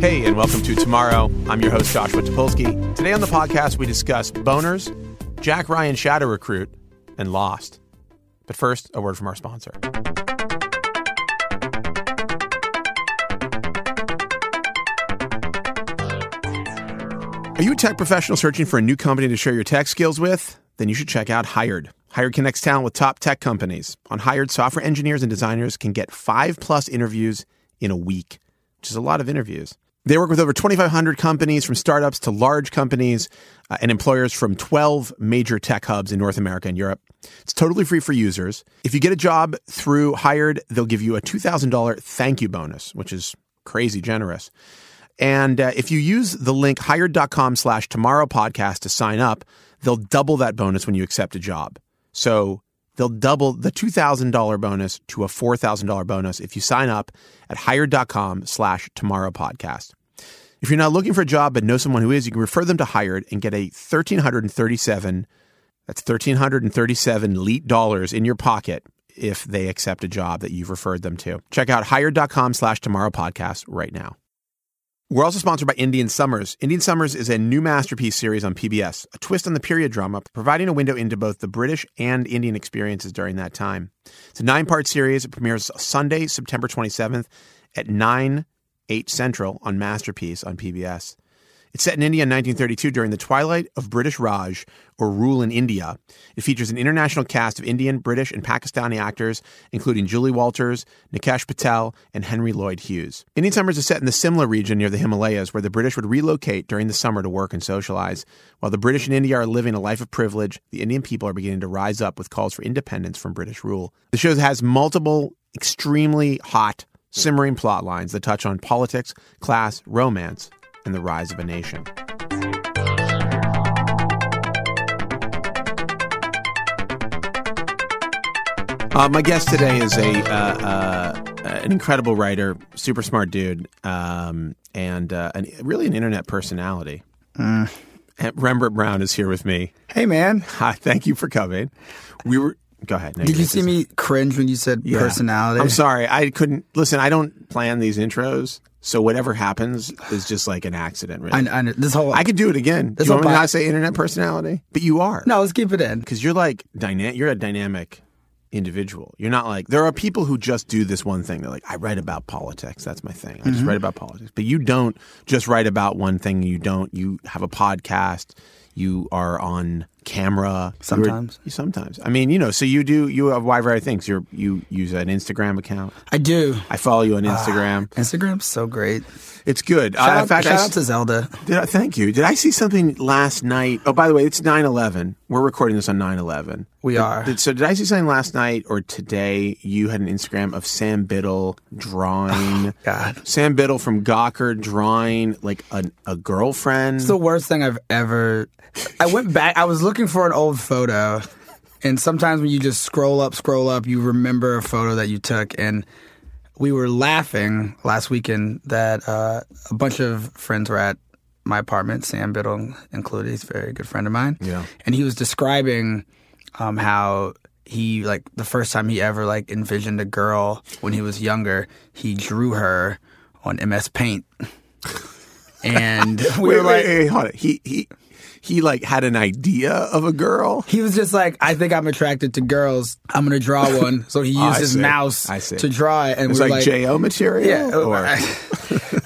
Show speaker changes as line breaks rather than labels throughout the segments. Hey, and welcome to Tomorrow. I'm your host, Joshua Topolsky. Today on the podcast, we discuss boners, Jack Ryan Shadow Recruit, and Lost. But first, a word from our sponsor. Are you a tech professional searching for a new company to share your tech skills with? Then you should check out Hired. Hired connects talent with top tech companies. On Hired, software engineers and designers can get five plus interviews in a week, which is a lot of interviews. They work with over 2,500 companies from startups to large companies uh, and employers from 12 major tech hubs in North America and Europe. It's totally free for users. If you get a job through Hired, they'll give you a $2,000 thank you bonus, which is crazy generous. And uh, if you use the link hired.com slash tomorrow podcast to sign up, they'll double that bonus when you accept a job. So they'll double the $2,000 bonus to a $4,000 bonus if you sign up at hired.com slash tomorrow podcast. If you're not looking for a job but know someone who is, you can refer them to Hired and get a 1337 that's 1337 leet dollars in your pocket if they accept a job that you've referred them to. Check out hired.com slash tomorrow podcast right now. We're also sponsored by Indian Summers. Indian Summers is a new masterpiece series on PBS, a twist on the period drama, providing a window into both the British and Indian experiences during that time. It's a nine part series. It premieres Sunday, September 27th at 9, 8 Central on Masterpiece on PBS. It's set in India in 1932 during the twilight of British Raj, or rule in India. It features an international cast of Indian, British, and Pakistani actors, including Julie Walters, Nikesh Patel, and Henry Lloyd Hughes. Indian Summers is set in the Simla region near the Himalayas, where the British would relocate during the summer to work and socialize. While the British in India are living a life of privilege, the Indian people are beginning to rise up with calls for independence from British rule. The show has multiple extremely hot, simmering plot lines that touch on politics, class, romance, and the rise of a nation. Uh, my guest today is a uh, uh, an incredible writer, super smart dude, um, and uh, an, really an internet personality.
Mm.
And Rembrandt Brown is here with me.
Hey man,
Hi, thank you for coming. We were. Go ahead. No,
did you
didn't.
see me cringe when you said
Yeah.
personality?
I'm sorry. I couldn't listen. I don't plan these intros, so whatever happens is just like an accident. Really,
I, I, this whole
I could do it again. Do
That's
you want
not
me to
bi-
not say internet personality? But you are.
no, let's keep it in.
Because you're like dyna- you're a dynamic individual. You're not like there are people who just do this one thing. They're like, I write about politics. That's my thing. I
Mm-hmm.
just write about politics. But you don't just write about one thing. You don't. You have a podcast. You are on camera You were-
Sometimes.
You sometimes. I mean, you know. So you do. You have a wide variety of things. You're you use an Instagram account.
I do.
I follow you on Instagram.
Instagram's so great.
It's good.
Ah. Shout,
uh,
out,
in fact, I
shout
s-
out to Zelda.
did I, thank you. Did I see something last night? Oh, by the way, it's 9 11. We're recording this on 9 11.
We are.
Did, so, did I see something last night or today? You had an Instagram of Sam Biddle drawing.
God,
Sam Biddle from Gawker drawing like a, a girlfriend.
it's the worst thing I've ever. I went back. I was looking for an old photo, and sometimes when you just scroll up, scroll up, you remember a photo that you took. And we were laughing last weekend that uh, a bunch of friends were at my apartment, Sam Biddle included. He's a very good friend of mine.
Yeah.
and he was describing um, how he like the first time he ever like envisioned a girl when he was younger he drew her on ms paint and we
wait,
were like
wait, wait, hold on. He, he, he like had an idea of a girl.
he was just like i think i'm attracted to girls i'm gonna draw one so he used
Oh, I
his
see.
mouse
I see.
to draw it and
It's
we were
like, JO material.
Yeah.
Or,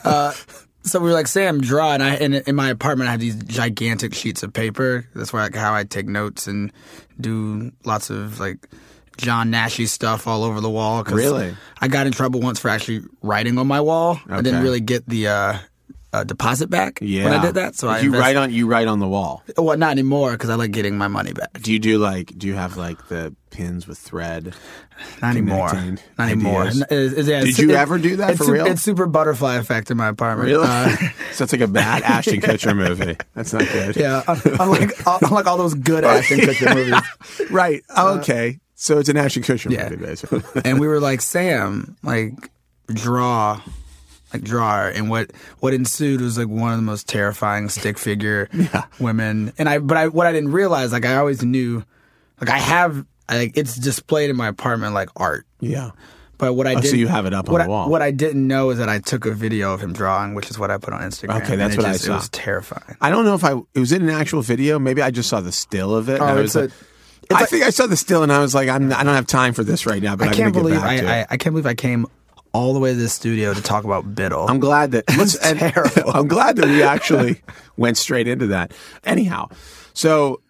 uh, so we were like, Sam, draw. And I, and in my apartment, I have these gigantic sheets of paper. That's where like how I take notes and do lots of like John Nashy stuff all over the wall. 'cause
Really?
I got in trouble once for actually writing on my wall. I
Okay.
didn't really get the uh, uh, deposit back
yeah.
when I did that. So I
you
invest-
write on you write on the wall.
Well, not anymore because I like getting my money back.
Do you do like? Do you have like the pins with thread?
Not anymore.
Connecting
Not anymore.
ideas.
N- is- is- yeah,
Did
it's-
you
it-
ever do that
it's
for
su-
real?
It's super butterfly effect in my apartment.
Really?
Uh,
so it's like a bad Ashton Kutcher movie. That's not good.
yeah, un- unlike, uh, unlike all those good Ashton Kutcher movies.
Right. okay. So it's an Ashton Kutcher
Uh, Yeah.
movie, basically.
and we were like, Sam, like draw, like draw. her." And what what ensued was like one of the most terrifying stick figure women. And I, but I, what I didn't realize, like I always knew, like I have, I, like it's displayed in my apartment like art,
yeah.
But what I
Oh,
did
so you have it up on
what
the wall.
I, what I didn't know is that I took a video of him drawing, which is what I put on Instagram.
Okay,
and
that's
it
what I
just-
saw.
It was terrifying.
I don't know if I it was in an actual video. Maybe I just saw the still of it. and
Oh,
I
it's
was like-
a-
I think I saw the still, and I was like, I'm, I don't have time for this right now. But
I
I'm
can't
gonna
believe
get back to it.
I, I, I can't believe I came all the way to this studio to talk about Biddle.
I'm glad that let's, and-
terrible.
I'm glad that we actually went straight into that. Anyhow, so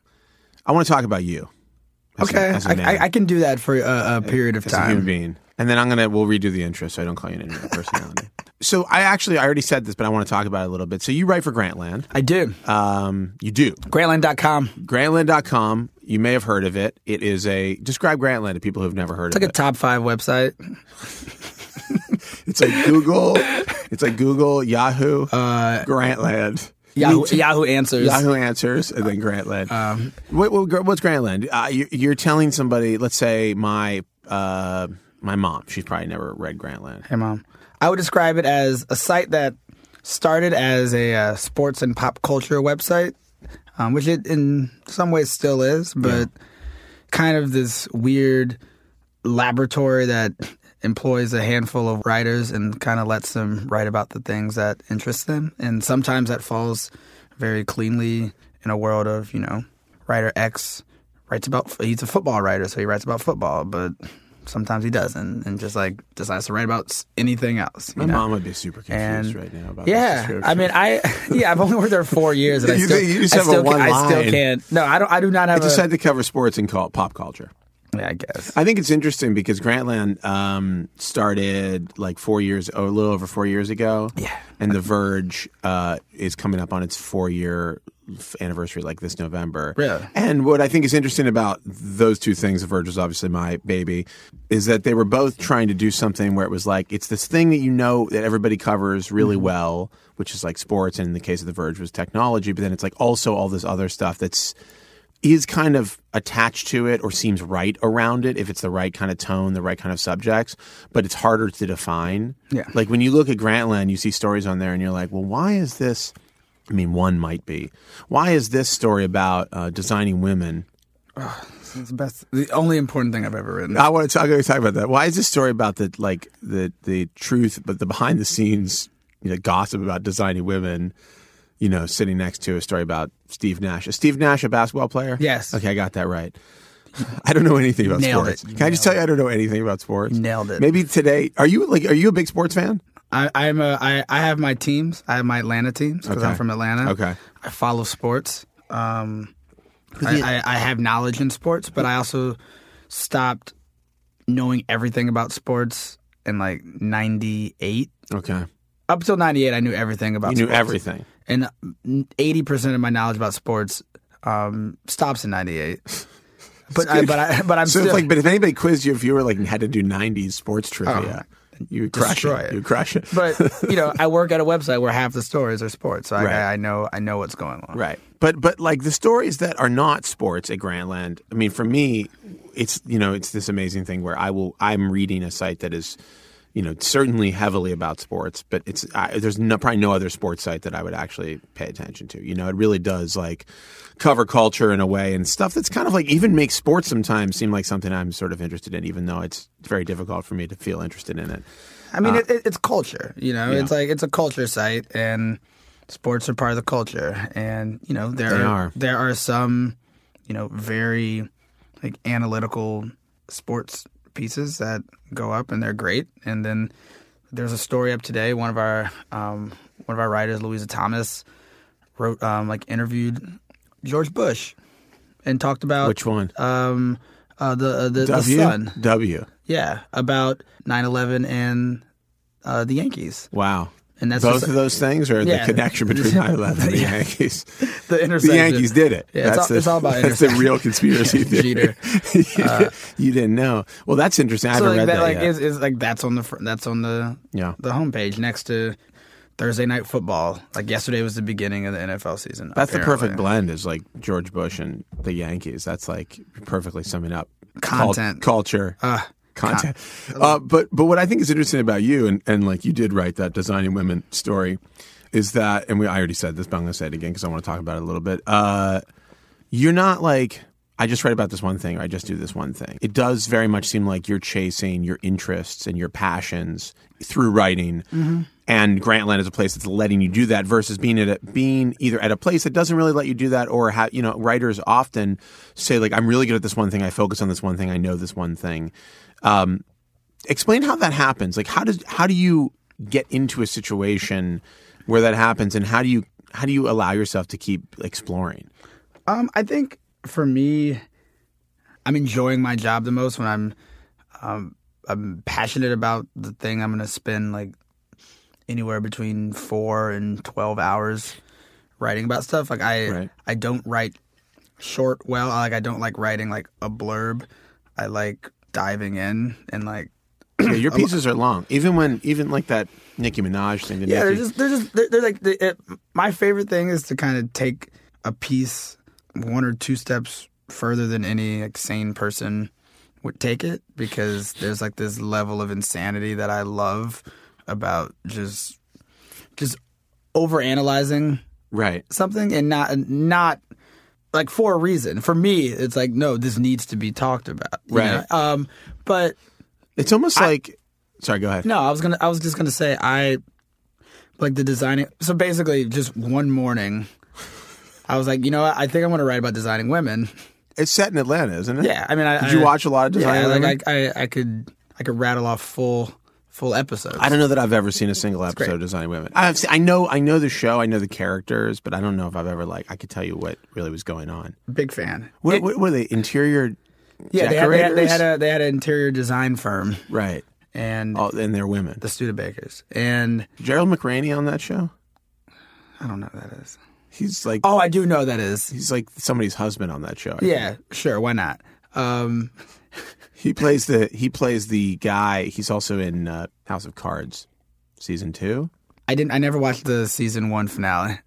I want to talk about you. as a-
okay,
as a man,
I, I, I can do that for a, a period of
as a human
time.
being, and then I'm gonna we'll redo the intro so I don't call you an internet personality. so I actually I already said this, but I want to talk about it a little bit. So you write for Grantland.
I do.
Um, you do
Grantland.com.
Grantland.com. You may have heard of it. It is a describe Grantland to people who've never heard
It's
of
like a top five website.
it. It's like Google. it's like Google, Yahoo, Grantland.
Uh, Yahoo, Yahoo Answers. Um,
Yahoo Answers and then Grantland. what, what- what's Grantland? Uh, you, you're telling somebody, let's say my uh, my mom. She's probably never read Grantland.
Hey, mom. I would describe it as a site that started as a uh, sports and pop culture website, um, which it in some ways still is, but kind of this weird laboratory that employs a handful of writers and kind of lets them write about the things that interest them. And sometimes that falls very cleanly in a world of, you know, writer X writes about, he's a football writer, so he writes about football, but sometimes he doesn't and just like decides to write about s- anything else. you
My
know?
mom would be super confused
And-
right now about this
Yeah,
description.
I mean, I yeah, I've only worked there four years, and I
You
still,
think you just
I
have a
still, ca-
one
I still
line.
can't. No, I don't. I do not
I
have.
just
a,
had to cover sports and call pop culture.
yeah, I guess.
I think it's interesting because Grantland um, started like four years, a little over four years ago.
Yeah.
And The Verge uh, is coming up on its four year anniversary like this November.
Really?
And what I think is interesting about those two things, The Verge is obviously my baby, is that they were both trying to do something where it was like, it's this thing that you know that everybody covers really
Mm-hmm.
well, which is like sports. And in the case of The Verge was technology, but then it's like also all this other stuff that's is kind of attached to it or seems right around it if it's the right kind of tone, the right kind of subjects, but it's harder to define.
Yeah.
Like when you look at Grantland, you see stories on there and you're like, well, why is this? I mean, one might be. Why is this story about uh, designing women?
It's the best. The only important thing I've ever written.
I want to talk, I'm gonna talk about that. Why is this story about the like the the truth, but the behind the scenes you know, gossip about designing women? You know, sitting next to a story about Steve Nash. Is Steve Nash a basketball player?
Yes.
Okay, I got that right. I don't know anything about
Nailed
sports.
it.
Can I just tell you I don't know anything about sports?
Nailed it.
Maybe today. Are you like? Are you a big sports fan?
I, I'm a, I, I have my teams. I have my Atlanta teams because
Okay.
I'm from Atlanta.
Okay.
I follow sports. Um, I, I, I have knowledge in sports, but I also stopped knowing everything about sports in like 98.
Okay.
Up till 98, I knew everything about
You knew
sports.
everything.
and 80% of my knowledge about sports um, stops in 98. But I, but I, but I'm
So,
still
if, like, but if anybody quizzed you, if you were like had to do '90s sports trivia, you would crush
Oh. Destroy
it.
it.
You would crush it.
but you know, I work at a website where half the stories are sports, so I,
Right.
I, I know I know what's going on.
Right. But but like the stories that are not sports at Grantland, I mean, for me, it's you know, it's this amazing thing where I will I'm reading a site that is, you know, certainly heavily about sports, but it's I, there's no, probably no other sports site that I would actually pay attention to. You know, it really does like cover culture in a way and stuff that's kind of like even makes sports sometimes seem like something I'm sort of interested in, even though it's very difficult for me to feel interested in it.
I
Uh,
mean, it, it, it's culture. You know, it's like it's a culture site, and sports are part of the culture. And you know, there
They
are,
are.
there are some, you know, very like analytical sports pieces that go up, and they're great. And then there's a story up today. One of our um, one of our writers, Louisa Thomas, wrote um, like interviewed George Bush and talked about
Which one?
um, uh, the, uh, the the
W
sun.
W.
Yeah, about 9/11 and uh, the Yankees,
Wow.
and that's
Both
just
of those things, or
Yeah.
the connection between 9/11 and the Yankees.
the
The
interception.
Yankees did it.
Yeah, it's all-
the,
it's all about
that's the
interception.
real conspiracy theory.
Jeter.
you didn't know. Well, that's interesting. I
uh, So
haven't
like
read
that,
that,
like
yet.
is, is like that's on the fr- that's on the
Yeah.
the homepage next to Thursday night football. Like yesterday was the beginning of the NFL season.
that's the
apparently.
perfect blend. Is like George Bush and the Yankees. That's like perfectly summing up cul-
Content.
culture. content. Uh, but but what I think is interesting about you and and like you did write that designing women story is that and we I already said this, but I'm going to say it again because I want to talk about it a little bit. Uh, you're not like I just read about this one thing or I just do this one thing. It does very much seem like you're chasing your interests and your passions through writing. And Grantland is a place that's letting you do that versus being at a, being either at a place that doesn't really let you do that or how you know writers often say like I'm really good at this one thing I focus on this one thing I know this one thing explain how that happens like how does how do you get into a situation where that happens and how do you how do you allow yourself to keep exploring
Um, I think for me, I'm enjoying my job the most when I'm, um, I'm passionate about the thing. I'm gonna spend like anywhere between four and twelve hours writing about stuff. Like I,
Right.
I don't write short well. Like I don't like writing like a blurb. I like diving in and like
Yeah, your pieces are long even when even like that Nicki Minaj thing the
Yeah, they're
Nicki-
just they're just they're, they're like they, it, my favorite thing is to kind of take a piece one or two steps further than any like, sane person would take it because there's like this level of insanity that I love about just just overanalyzing
right
something and not not like for a reason. For me, it's like no, this needs to be talked about. you
Right.
know? Um, but
it's almost like sorry go ahead
no, I was gonna. I was just gonna say I like the designing. So basically, just one morning, I was like, you know, what? I think I'm gonna write about designing women.
it's set in Atlanta isn't it
Yeah, I mean, I,
did you
I-
watch a lot of design
Yeah,
Women?
like I, I, I could, I could rattle off full, full episodes.
I don't know that I've ever seen a single episode
great.
of Designing Women. I've se- I know I know the show, I know the characters, but I don't know if I've ever like I could tell you what really was going on.
Big fan.
What, what were they interior?
Yeah, they had, they, had, they
decorators?
had a they had an interior design firm
Right,
and
oh, and they're women.
the Studebakers, and
Gerald McRaney on that show?
I don't know who that is.
He's like
Oh, I do know who that is.
he's like somebody's husband on that show. I think.
Yeah, sure, why not? Um,
He plays the he plays the guy. He's also in uh, House of Cards season 2.
I didn't. I never watched the season one finale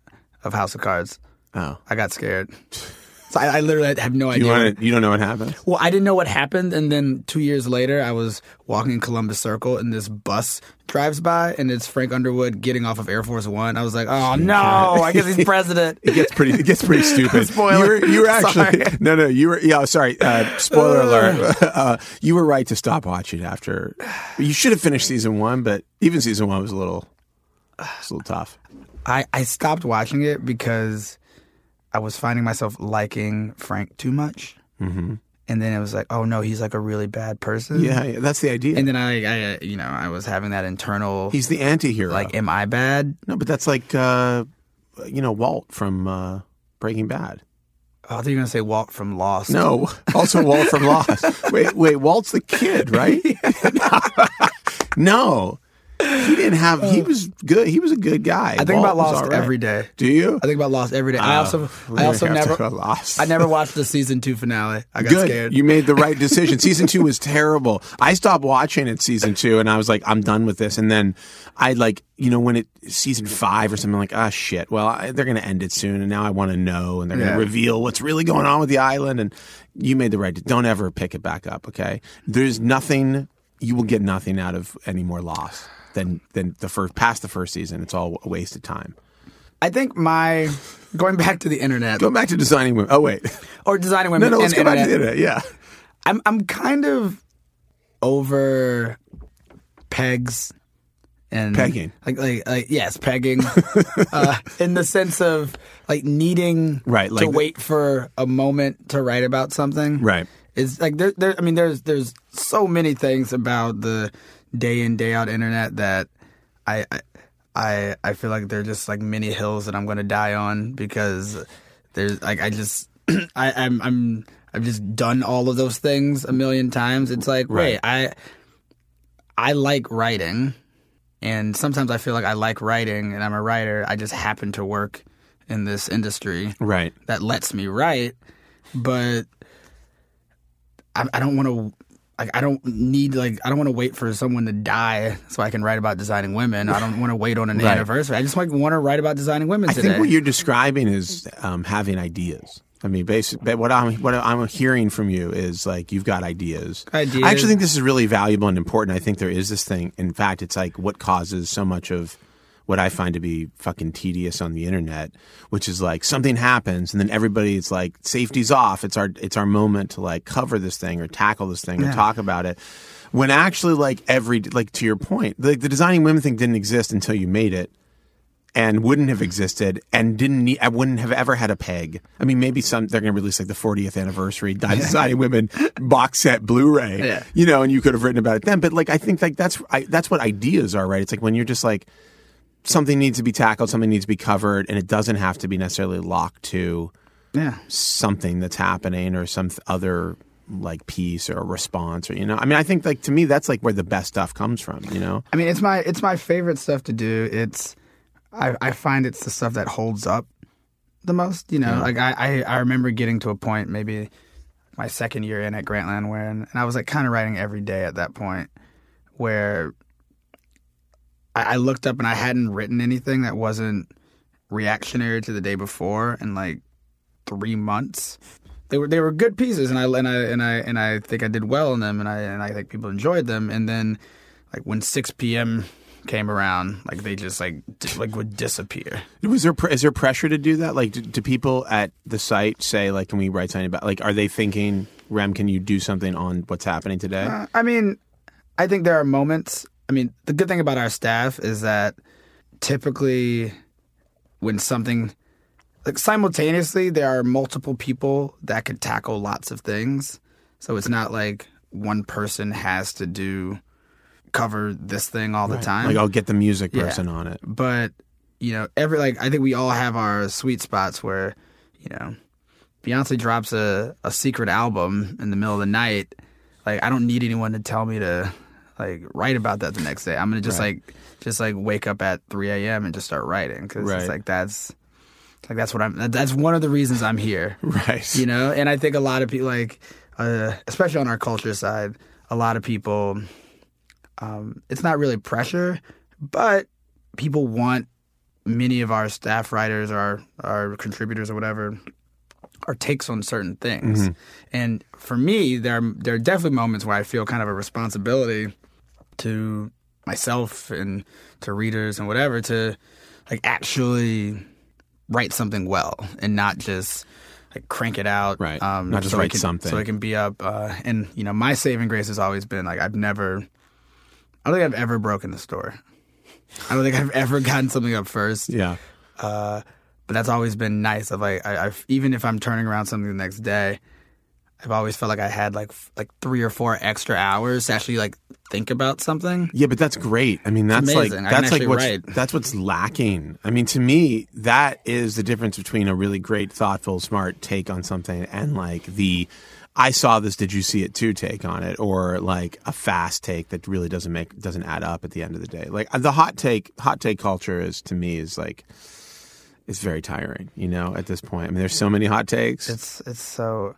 of House of Cards.
Oh.
I got scared. So I, I literally have no
You
idea.
want you don't know what happened?
well, I didn't know what happened, and then two years later, I was walking in Columbus Circle, and this bus drives by, and it's Frank Underwood getting off of Air Force One. I was like, "Oh no, I guess he's president."
It gets pretty. It gets pretty stupid.
Spoiler.
You were, you were actually
Sorry.
no, no. You were yeah. Sorry. Uh, spoiler alert. Uh, you were right to stop watching after. You should have finished season one, but even season one was a little, was a little tough.
I I stopped watching it because I was finding myself liking Frank too much, mm-hmm. and then it was like, "Oh no, he's like a really bad person."
Yeah, yeah that's the idea.
And then I, I, uh, you know, I was having that internal
He's the anti-hero.
like, "Am I bad?"
no, but that's like uh, you know Walt from uh, Breaking Bad.
Oh, I thought you were gonna say Walt from Lost.
No, also Walt from Lost. Wait, wait, Walt's the kid, right? no, he didn't have. He was good. He was a good guy.
I think about Lost every day.
Do you?
I think about Lost every day.
Ah,
I also, I also never,
lost.
I never watched the season two finale. I got
Good.
scared.
You made the right decision. season two was terrible. I stopped watching it season two, and I was like, I'm done with this. And then I like, you know, when it season five or something, like, ah, shit. Well, I, they're going to end it soon, and now I want to know, and they're going
Yeah.
to reveal what's really going on with the island. And you made the right. de- Don't ever pick it back up. Okay. There's nothing. You will get nothing out of any more loss than than the first past the first season. It's all a waste of time.
I think my going back to the internet
Go back to designing women. Oh wait,
or designing
no,
women.
no. Let's go
and
back to the
internet,
internet. Yeah.
I'm, I'm kind of over pegs and
Pegging.
Like, like, like yes, pegging. uh, in the sense of like needing
Right,
to
like-
wait for a moment to write about something.
Right.
It's like there, there. I mean, there's there's so many things about the day in day out internet that I I- I I feel like they're just like many hills that I'm gonna die on because there's like I just I I'm I'm I've just done all of those things a million times. It's like
Right.
wait I I like writing, and sometimes I feel like I like writing and I'm a writer. I just happen to work in this industry
Right.
that lets me write, but I, I don't want to. Like, I don't need like I don't want to wait for someone to die so I can write about designing women. I don't want to wait on an
Right.
anniversary. I just like want to write about designing women
I
today.
think what you're describing is um, having ideas. I mean, basically, what I'm what I'm hearing from you is like you've got ideas.
Ideas.
I actually think this is really valuable and important. I think there is this thing. In fact, it's like what causes so much of what I find to be fucking tedious on the internet, which is like something happens and then everybody's like safety's off. It's our it's our moment to like cover this thing or tackle this thing or talk about it. When actually like every like to your point, like the designing women thing didn't exist until you made it and wouldn't have existed and didn't need, I wouldn't have ever had a peg. I mean, maybe some they're going to release like the 40th anniversary Designing Women box set Blu-ray,
Yeah.
you know, and you could have written about it then. But like, I think like that's I, that's what ideas are, right? It's like when you're just like something needs to be tackled, something needs to be covered, and it doesn't have to be necessarily locked to
Yeah.
something that's happening or some th- other like piece or response or you know. I mean, I think like to me that's like where the best stuff comes from, you know.
I mean, it's my it's my favorite stuff to do. It's I, I find it's the stuff that holds up the most. You know, like I, I I remember getting to a point maybe my second year in at Grantland where and, I was like kind of writing every day at that point where I, I looked up and I hadn't written anything that wasn't reactionary to the day before in like three months. They were they were good pieces and I and I and I and I think I did well in them and I and I think people enjoyed them and then like when 6 p.m. came around, like they just like di- like would disappear.
Was there pr- is there pressure to do that? Like, do, do people at the site say like, can we write something about? Like, are they thinking, Rem, can you do something on what's happening today?
Uh, I mean, I think there are moments. I mean, the good thing about our staff is that typically when something like simultaneously there are multiple people that could tackle lots of things. So it's not like one person has to do cover this thing all the time.
like, I'll get the music person on it.
but you know every like i think we all have our sweet spots where you know beyonce drops a, a secret album in the middle of the night like i don't need anyone to tell me to like write about that the next day i'm gonna just like just like wake up at 3 a.m and just start writing because
Right.
it's like that's like that's what i'm that- that's one of the reasons i'm here
Right.
you know and i think a lot of people like uh, especially on our culture side a lot of people um, it's not really pressure but people want many of our staff writers our our contributors or whatever our takes on certain things
Mm-hmm.
and for me there are, there are definitely moments where i feel kind of a responsibility to myself and to readers and whatever to like actually write something well and not just like crank it out um,
Right. Not just
so it
write
can-
something.
so it can be up uh, and you know my saving grace has always been like i've never i don't think i've ever broken the store i don't think i've ever gotten something up first
Yeah.
but that's always been nice of like I, I've, even if i'm turning around something the next day i've always felt like i had like f- like three or four extra hours to actually like think about something
Yeah, but that's great. I mean, that's like
amazing. I can
that's like
actually
what's
write.
that's what's lacking. I mean, to me, that is the difference between a really great, thoughtful, smart take on something and like the I saw this, did you see it too take on it or like a fast take that really doesn't make doesn't add up at the end of the day. Like the hot take hot take culture is to me is like it's very tiring, you know, at this point. I mean, there's so many hot takes.
it's it's so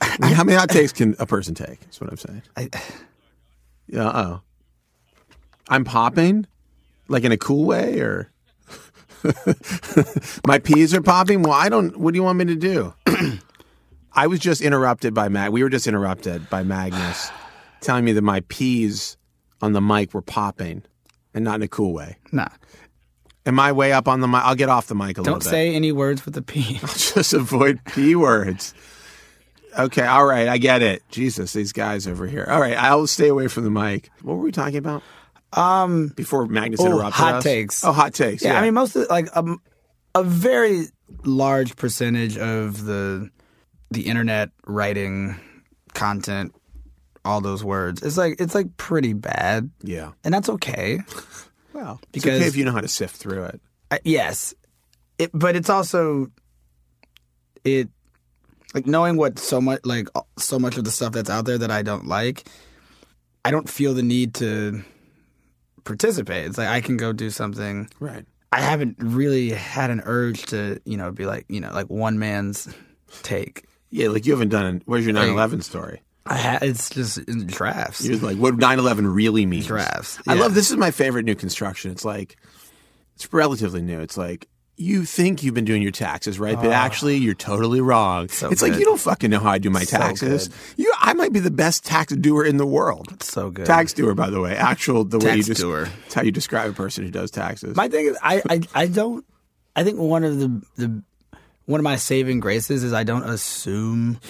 I mean, how many hot takes can a person take? That's what I'm saying.
I,
Yeah. Oh, I'm popping, like in a cool way, or my peas are popping. Well, I don't. What do you want me to do? I was just interrupted by Mag. We were just interrupted by Magnus telling me that my peas on the mic were popping, and not in a cool way.
nah
Am I way up on the mic? I'll get off the mic a little
don't
bit.
say any words with a p
just avoid p words. Okay, all right, I get it. Jesus, these guys over here. All right, I'll stay away from the mic. What were we talking about? Um, before Magnus interrupted
hot
us?
takes.
Oh, hot takes. Yeah,
Yeah, I mean, most of like um, a very large percentage of the the internet writing content, all those words. It's like it's like pretty bad,
yeah.
and that's okay.
Well, it's
Because-
okay if you know how to sift through it.
I, yes, it, but it's also it like knowing what so much like so much of the stuff that's out there that I don't like. I don't feel the need to participate. It's like I can go do something
Right.
I haven't really had an urge to, you know, be like, you know, like one man's take.
Yeah, like you haven't done. An, where's your 9/11 story?
I ha- it's just in drafts.
You're like, what 9/11 really means?
Drafts,
I
yeah.
love this. Is my favorite new construction. It's like, it's relatively new. It's like you think you've been doing your taxes right, but actually you're totally wrong. it's like
good.
you don't fucking know how I do my taxes. you, I might be the best tax doer in the world.
So good.
Tax doer, by the way, actual the way you
Tax
just
doer.
it's how you describe a person who does taxes.
My thing is, I, I, I don't. I think one of the the one of my saving graces is I don't assume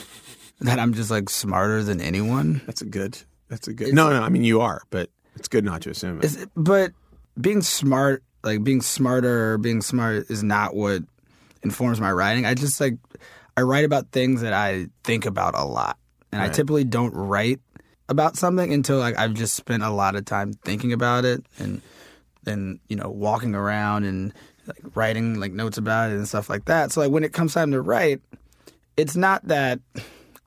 that I'm just like smarter than anyone.
that's a good. That's a good. No, no, I mean you are, but it's good not to assume. It.
Is it- but being smart, like being smarter, being smart is not what informs my writing. I just like I write about things that I think about a lot, and I typically don't write about something until like I've just spent a lot of time thinking about it and and you know walking around and like writing like notes about it and stuff like that. So like when it comes time to write, it's not that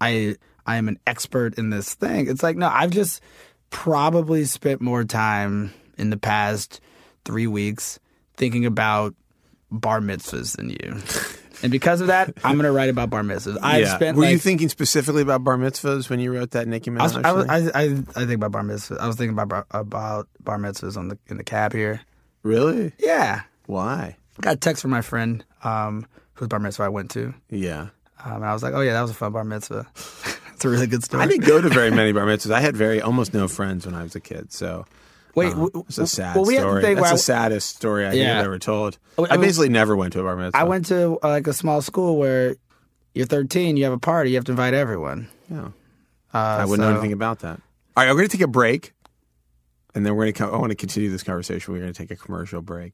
I I am an expert in this thing. It's like no, I've just probably spent more time in the past three weeks thinking about bar mitzvahs than you. And because of that, I'm going to write about bar mitzvahs. I've
Yeah.
spent
Were
like,
you thinking specifically about bar mitzvahs when you wrote that Nicki Minaj?
I was, I, was,
thing?
I, I, I think about bar mitzvahs. I was thinking about bar, about bar mitzvahs on the in the cab here.
really?
Yeah,
Why?
got a text from my friend um, whose bar mitzvah I went to, um,
Yeah.
and I was like, oh yeah, that was a fun bar mitzvah. It's a really good story.
I didn't go to very many bar mitzvahs. I had very almost no friends when I was a kid, so
Wait,
um,
w-
it's a sad
well, we had the
story.
thing
That's
where I-
the saddest story I think
Yeah.
I've ever told.
I- I
I
was-
basically never went to a bar mitzvah.
I went to uh, like a small school where you're 13, you have a party, you have to invite everyone.
Yeah.
Uh,
I wouldn't know anything about that. All right, we're going to take a break, and then we're going to. Co- I want to continue this conversation. We're going to take a commercial break.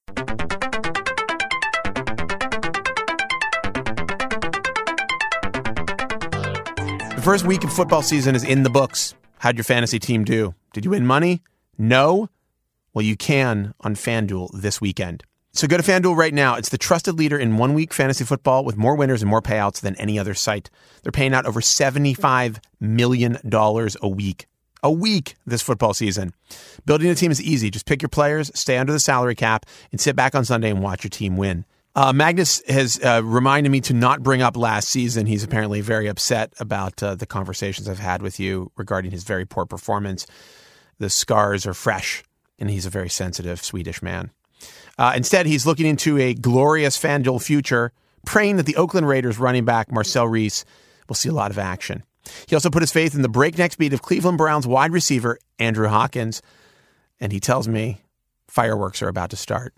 The first week of football season is in the books. How'd your fantasy team do? Did you win money? No? Well, you can on FanDuel this weekend. So go to FanDuel right now. It's the trusted leader in one week fantasy football with more winners and more payouts than any other site. They're paying out over $75 million a week. A week this football season. Building a team is easy. Just pick your players, stay under the salary cap, and sit back on Sunday and watch your team win. Uh, Magnus has uh, reminded me to not bring up last season. He's apparently very upset about uh, the conversations I've had with you regarding his very poor performance. The scars are fresh, and he's a very sensitive Swedish man. Uh, instead, he's looking into a glorious FanDuel future, praying that the Oakland Raiders running back Marcel Reese will see a lot of action. He also put his faith in the breakneck speed of Cleveland Browns wide receiver Andrew Hawkins, and he tells me fireworks are about to start.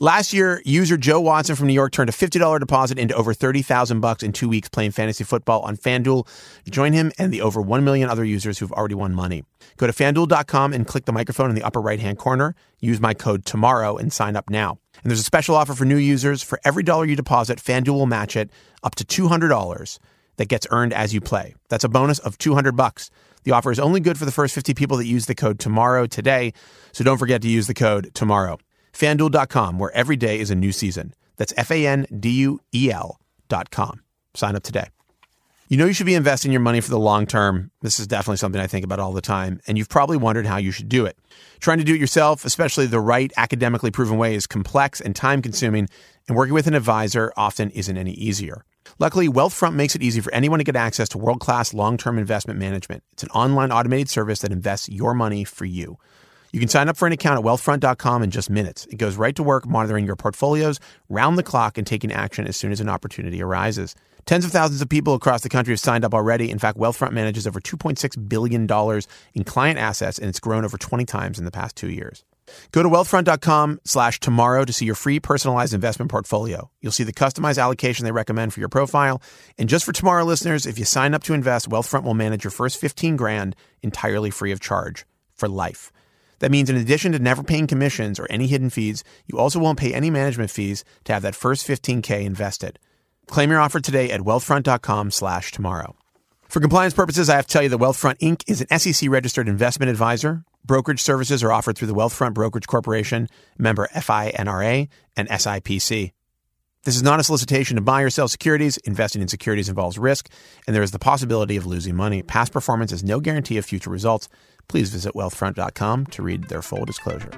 Last year, user Joe Watson from New York turned a $50 deposit into over 30,000 bucks in 2 weeks playing fantasy football on FanDuel. Join him and the over 1 million other users who've already won money. Go to fanduel.com and click the microphone in the upper right-hand corner. Use my code tomorrow and sign up now. And there's a special offer for new users. For every dollar you deposit, FanDuel will match it up to $200 that gets earned as you play. That's a bonus of 200 bucks. The offer is only good for the first 50 people that use the code tomorrow today, so don't forget to use the code tomorrow. FanDuel.com, where every day is a new season. That's F A N D U E L dot com. Sign up today. You know you should be investing your money for the long term. This is definitely something I think about all the time, and you've probably wondered how you should do it. Trying to do it yourself, especially the right academically proven way, is complex and time consuming, and working with an advisor often isn't any easier. Luckily, Wealthfront makes it easy for anyone to get access to world class long term investment management. It's an online automated service that invests your money for you. You can sign up for an account at wealthfront.com in just minutes. It goes right to work monitoring your portfolios round the clock and taking action as soon as an opportunity arises. Tens of thousands of people across the country have signed up already. In fact, Wealthfront manages over $2.6 billion in client assets, and it's grown over 20 times in the past two years. Go to wealthfront.com slash tomorrow to see your free personalized investment portfolio. You'll see the customized allocation they recommend for your profile. And just for tomorrow listeners, if you sign up to invest, Wealthfront will manage your first 15 grand entirely free of charge for life. That means in addition to never paying commissions or any hidden fees, you also won't pay any management fees to have that first 15K invested. Claim your offer today at wealthfront.com slash tomorrow. For compliance purposes, I have to tell you that Wealthfront Inc. is an SEC registered investment advisor. Brokerage services are offered through the Wealthfront Brokerage Corporation, member FINRA and SIPC. This is not a solicitation to buy or sell securities. Investing in securities involves risk, and there is the possibility of losing money. Past performance is no guarantee of future results. Please visit wealthfront.com to read their full disclosure.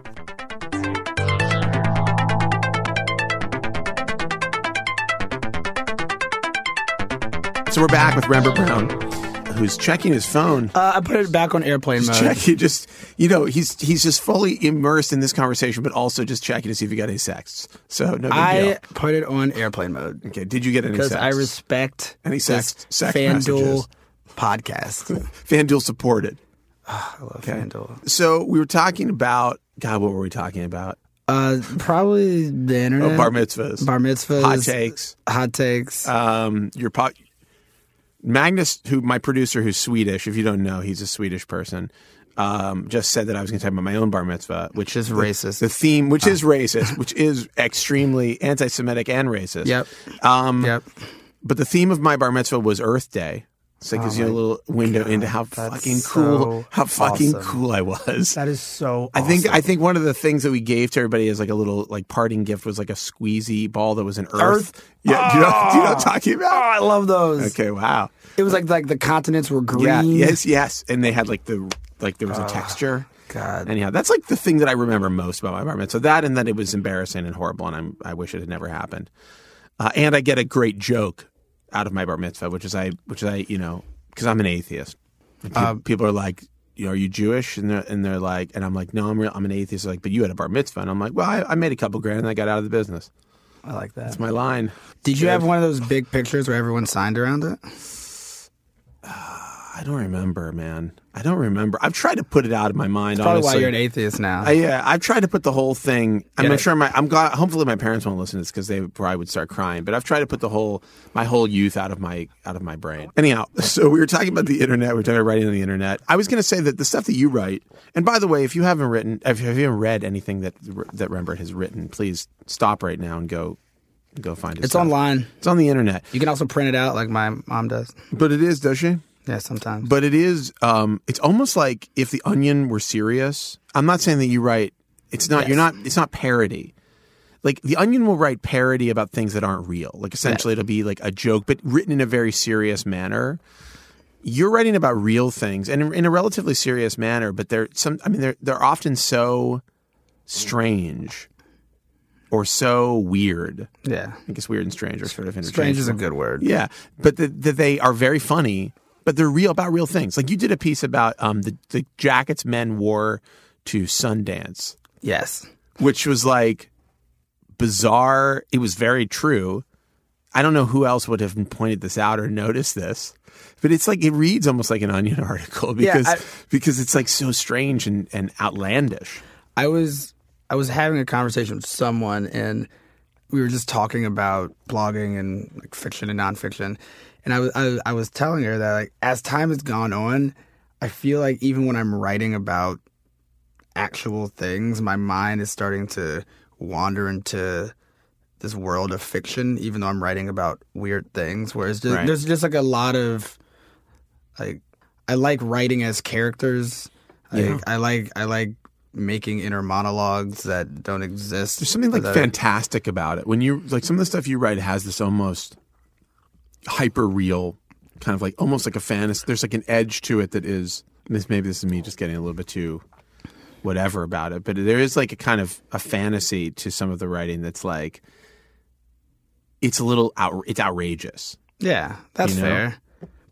So we're back with Rembert Brown. who's checking his phone.
Uh, I put it back on airplane mode.
Check, he just, you know, he's he's just fully immersed in this conversation, but also just checking to see if you got any sex. So no big deal.
I put it on airplane mode
Okay, did you get any
because
sex?
I respect
Any sex-
this
sex messages?
FanDuel podcast.
FanDuel supported.
I love FanDuel.
So we were talking about God. What were we talking about?
Uh, probably the internet.
Oh, bar mitzvahs,
Uh, Bar mitzvahs.
hot takes.
Hot takes.
Um, your pot. Magnus, who my producer, who's Swedish. If you don't know, he's a Swedish person. Um, just said that I was going to talk about my own bar mitzvah, which
Just
the-
racist.
The theme, which
Ah.
is racist, which is extremely anti-Semitic and racist.
yep.
Um,
Yep.
But the theme of my bar mitzvah was Earth Day. So it gives you a little window into how
Oh that's
fucking cool,
so
how fucking
awesome.
cool I was.
That is so.
I think I think one of the things that we gave to everybody as like a little like parting gift was like a squeezy ball that was an earth. Yeah, do you know do you know what I'm talking
Oh,
about?
I love those.
Okay, wow.
It was like like the continents were green.
Yeah, yes, yes. And they had like the like there was a texture.
Ah, God.
Anyhow, that's like the thing that I remember most about my bar mitzvah. That and that it was embarrassing and horrible, and I'm, I wish it had never happened. Uh, and I get a great joke out of my bar mitzvah, which is I, which is I, you know, because I'm an atheist. And pe-
Um,
people are like, you know, are you Jewish? And they're and they're like, and I'm like, no, I'm real, I'm an atheist. They're like, but you had a bar mitzvah, and I'm like, well, I, I made a couple grand, and I got out of the business.
I like that.
It's my line.
Did you have one of those big pictures where everyone signed around it?
I don't remember, man. I don't remember. I've tried to put it out of my mind.
Probably why
honestly.
you're an atheist now.
I, yeah, I've tried to put the whole thing. I'm
Yeah.
not sure. My, I'm glad. Hopefully, my parents won't listen to this because they probably would start crying. But I've tried to put the whole my whole youth out of my out of my brain. Anyhow, so we were talking about the internet. We were talking about writing on the internet. I was going to say that the stuff that you write. And by the way, if you haven't written, if you haven't read anything that that Rembrandt has written, please stop right now and go go find it.
it's online.
It's on the internet.
You can also print it out like my mom does.
But it is, does she?
Yeah, sometimes.
But it is. Um, it's almost like if the Onion were serious. I'm not saying that you write. It's not. You're not. It's not parody. Like the Onion will write parody about things that aren't real. Like essentially, it'll be like a joke, but written in a very serious manner. You're writing about real things and in- in a relatively serious manner, but they're some. I mean, they're they're often so strange or so weird.
yeah.
I guess weird and strange are sort of
Strange
interchangeable.
is a good word.
Yeah, but that that they are very funny, but they're real about real things. Like you did a piece about um, the the jackets men wore to Sundance,
Yes.
which was like bizarre. It was very true. I don't know who else would have pointed this out or noticed this, but it's like it reads almost like an Onion article
Yeah,
because
I-
because it's like so strange and, and outlandish.
I was I was having a conversation with someone and we were just talking about blogging and like fiction and nonfiction, and I was I, I was telling her that like as time has gone on, I feel like even when I'm writing about actual things, my mind is starting to wander into this world of fiction, even though I'm writing about weird things. Whereas just,
Right.
there's just like a lot of like I like writing as characters. Like,
Yeah.
I like I like making inner monologues that don't exist.
There's something like
that are-
fantastic about it. When you like some of the stuff you write has this almost hyper real kind of like almost like a fantasy. There's like an edge to it that is this maybe this is me just getting a little bit too whatever about it, but there is like a kind of a fantasy to some of the writing that's like it's a little out, it's outrageous.
Yeah, that's
You know?
fair.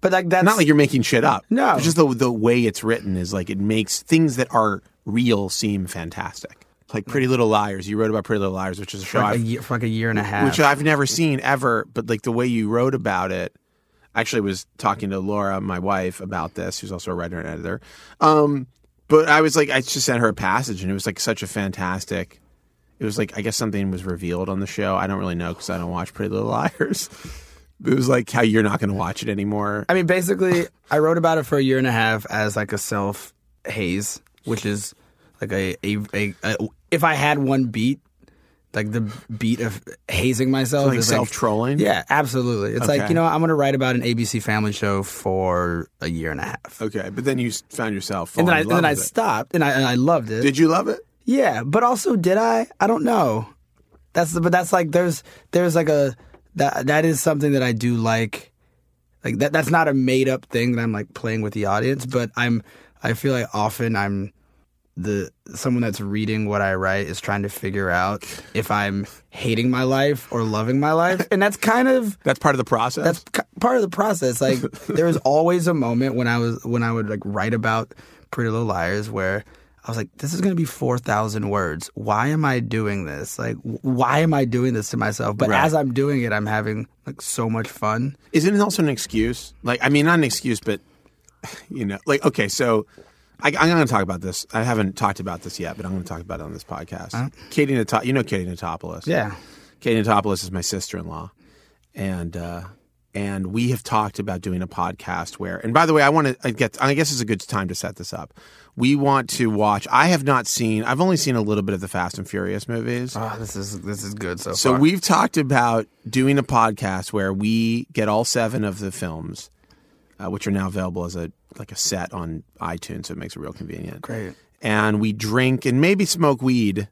But like that's
Not like you're making shit up.
No.
It's just the the way it's written is like it makes things that are real seem fantastic. Like Pretty Little Liars. You wrote about Pretty Little Liars, which is a show
for like, a
I've-
year, for like a year and a half.
which I've never seen ever. But like the way you wrote about it, I actually was talking to Laura, my wife, about this, who's also a writer and editor. Um, but I was like, I just sent her a passage, and it was like such a fantastic. It was like I guess something was revealed on the show. I don't really know because I don't watch Pretty Little Liars. It was like how you're not going to watch it anymore.
I mean, basically, I wrote about it for a year and a half as like a self haze, which is like a, a, a, a if I had one beat, like the beat of hazing myself,
Like
is, like-
self trolling.
yeah, absolutely. It's
Okay.
like you know, I'm gonna write about an ABC Family show for a year and a half,
Okay, but then you s- found yourself.
and then I
falling in
and then
Oh, love
I
with it.
stopped, and I and I loved it.
Did you love it?
Yeah, but also did I? I don't know. That's the, but that's like there's there's like a that that is something that I do like. Like that that's not a made up thing that I'm like playing with the audience, but I'm I feel like often I'm the someone that's reading what I write is trying to figure out if I'm hating my life or loving my life, and that's kind of
That's part of the process.
that's k- part of the process. Like there was always a moment when I was when I would like write about Pretty Little Liars where I was like, this is going to be four thousand words. Why am I doing this? Like, wh- why am I doing this to myself? But
Right.
as I'm doing it, I'm having like so much fun.
Isn't it also an excuse? Like, I mean, not an excuse, but you know, like, okay, so I, I'm going to talk about this. I haven't talked about this yet, but I'm going to talk about it on this podcast. Katie Natop, you know Katie Natopoulos.
Yeah,
Katie Natopoulos is my sister-in-law, and uh, and we have talked about doing a podcast where. And by the way, I want to I get. I guess it's a good time to set this up. We want to watch. I have not seen. I've only seen a little bit of the Fast and Furious movies.
oh, this is this is good so,
So
far.
we've talked about doing a podcast where we get all seven of the films, uh, which are now available as a like a set on iTunes, so it makes it real convenient.
Great.
And we drink and maybe smoke weed,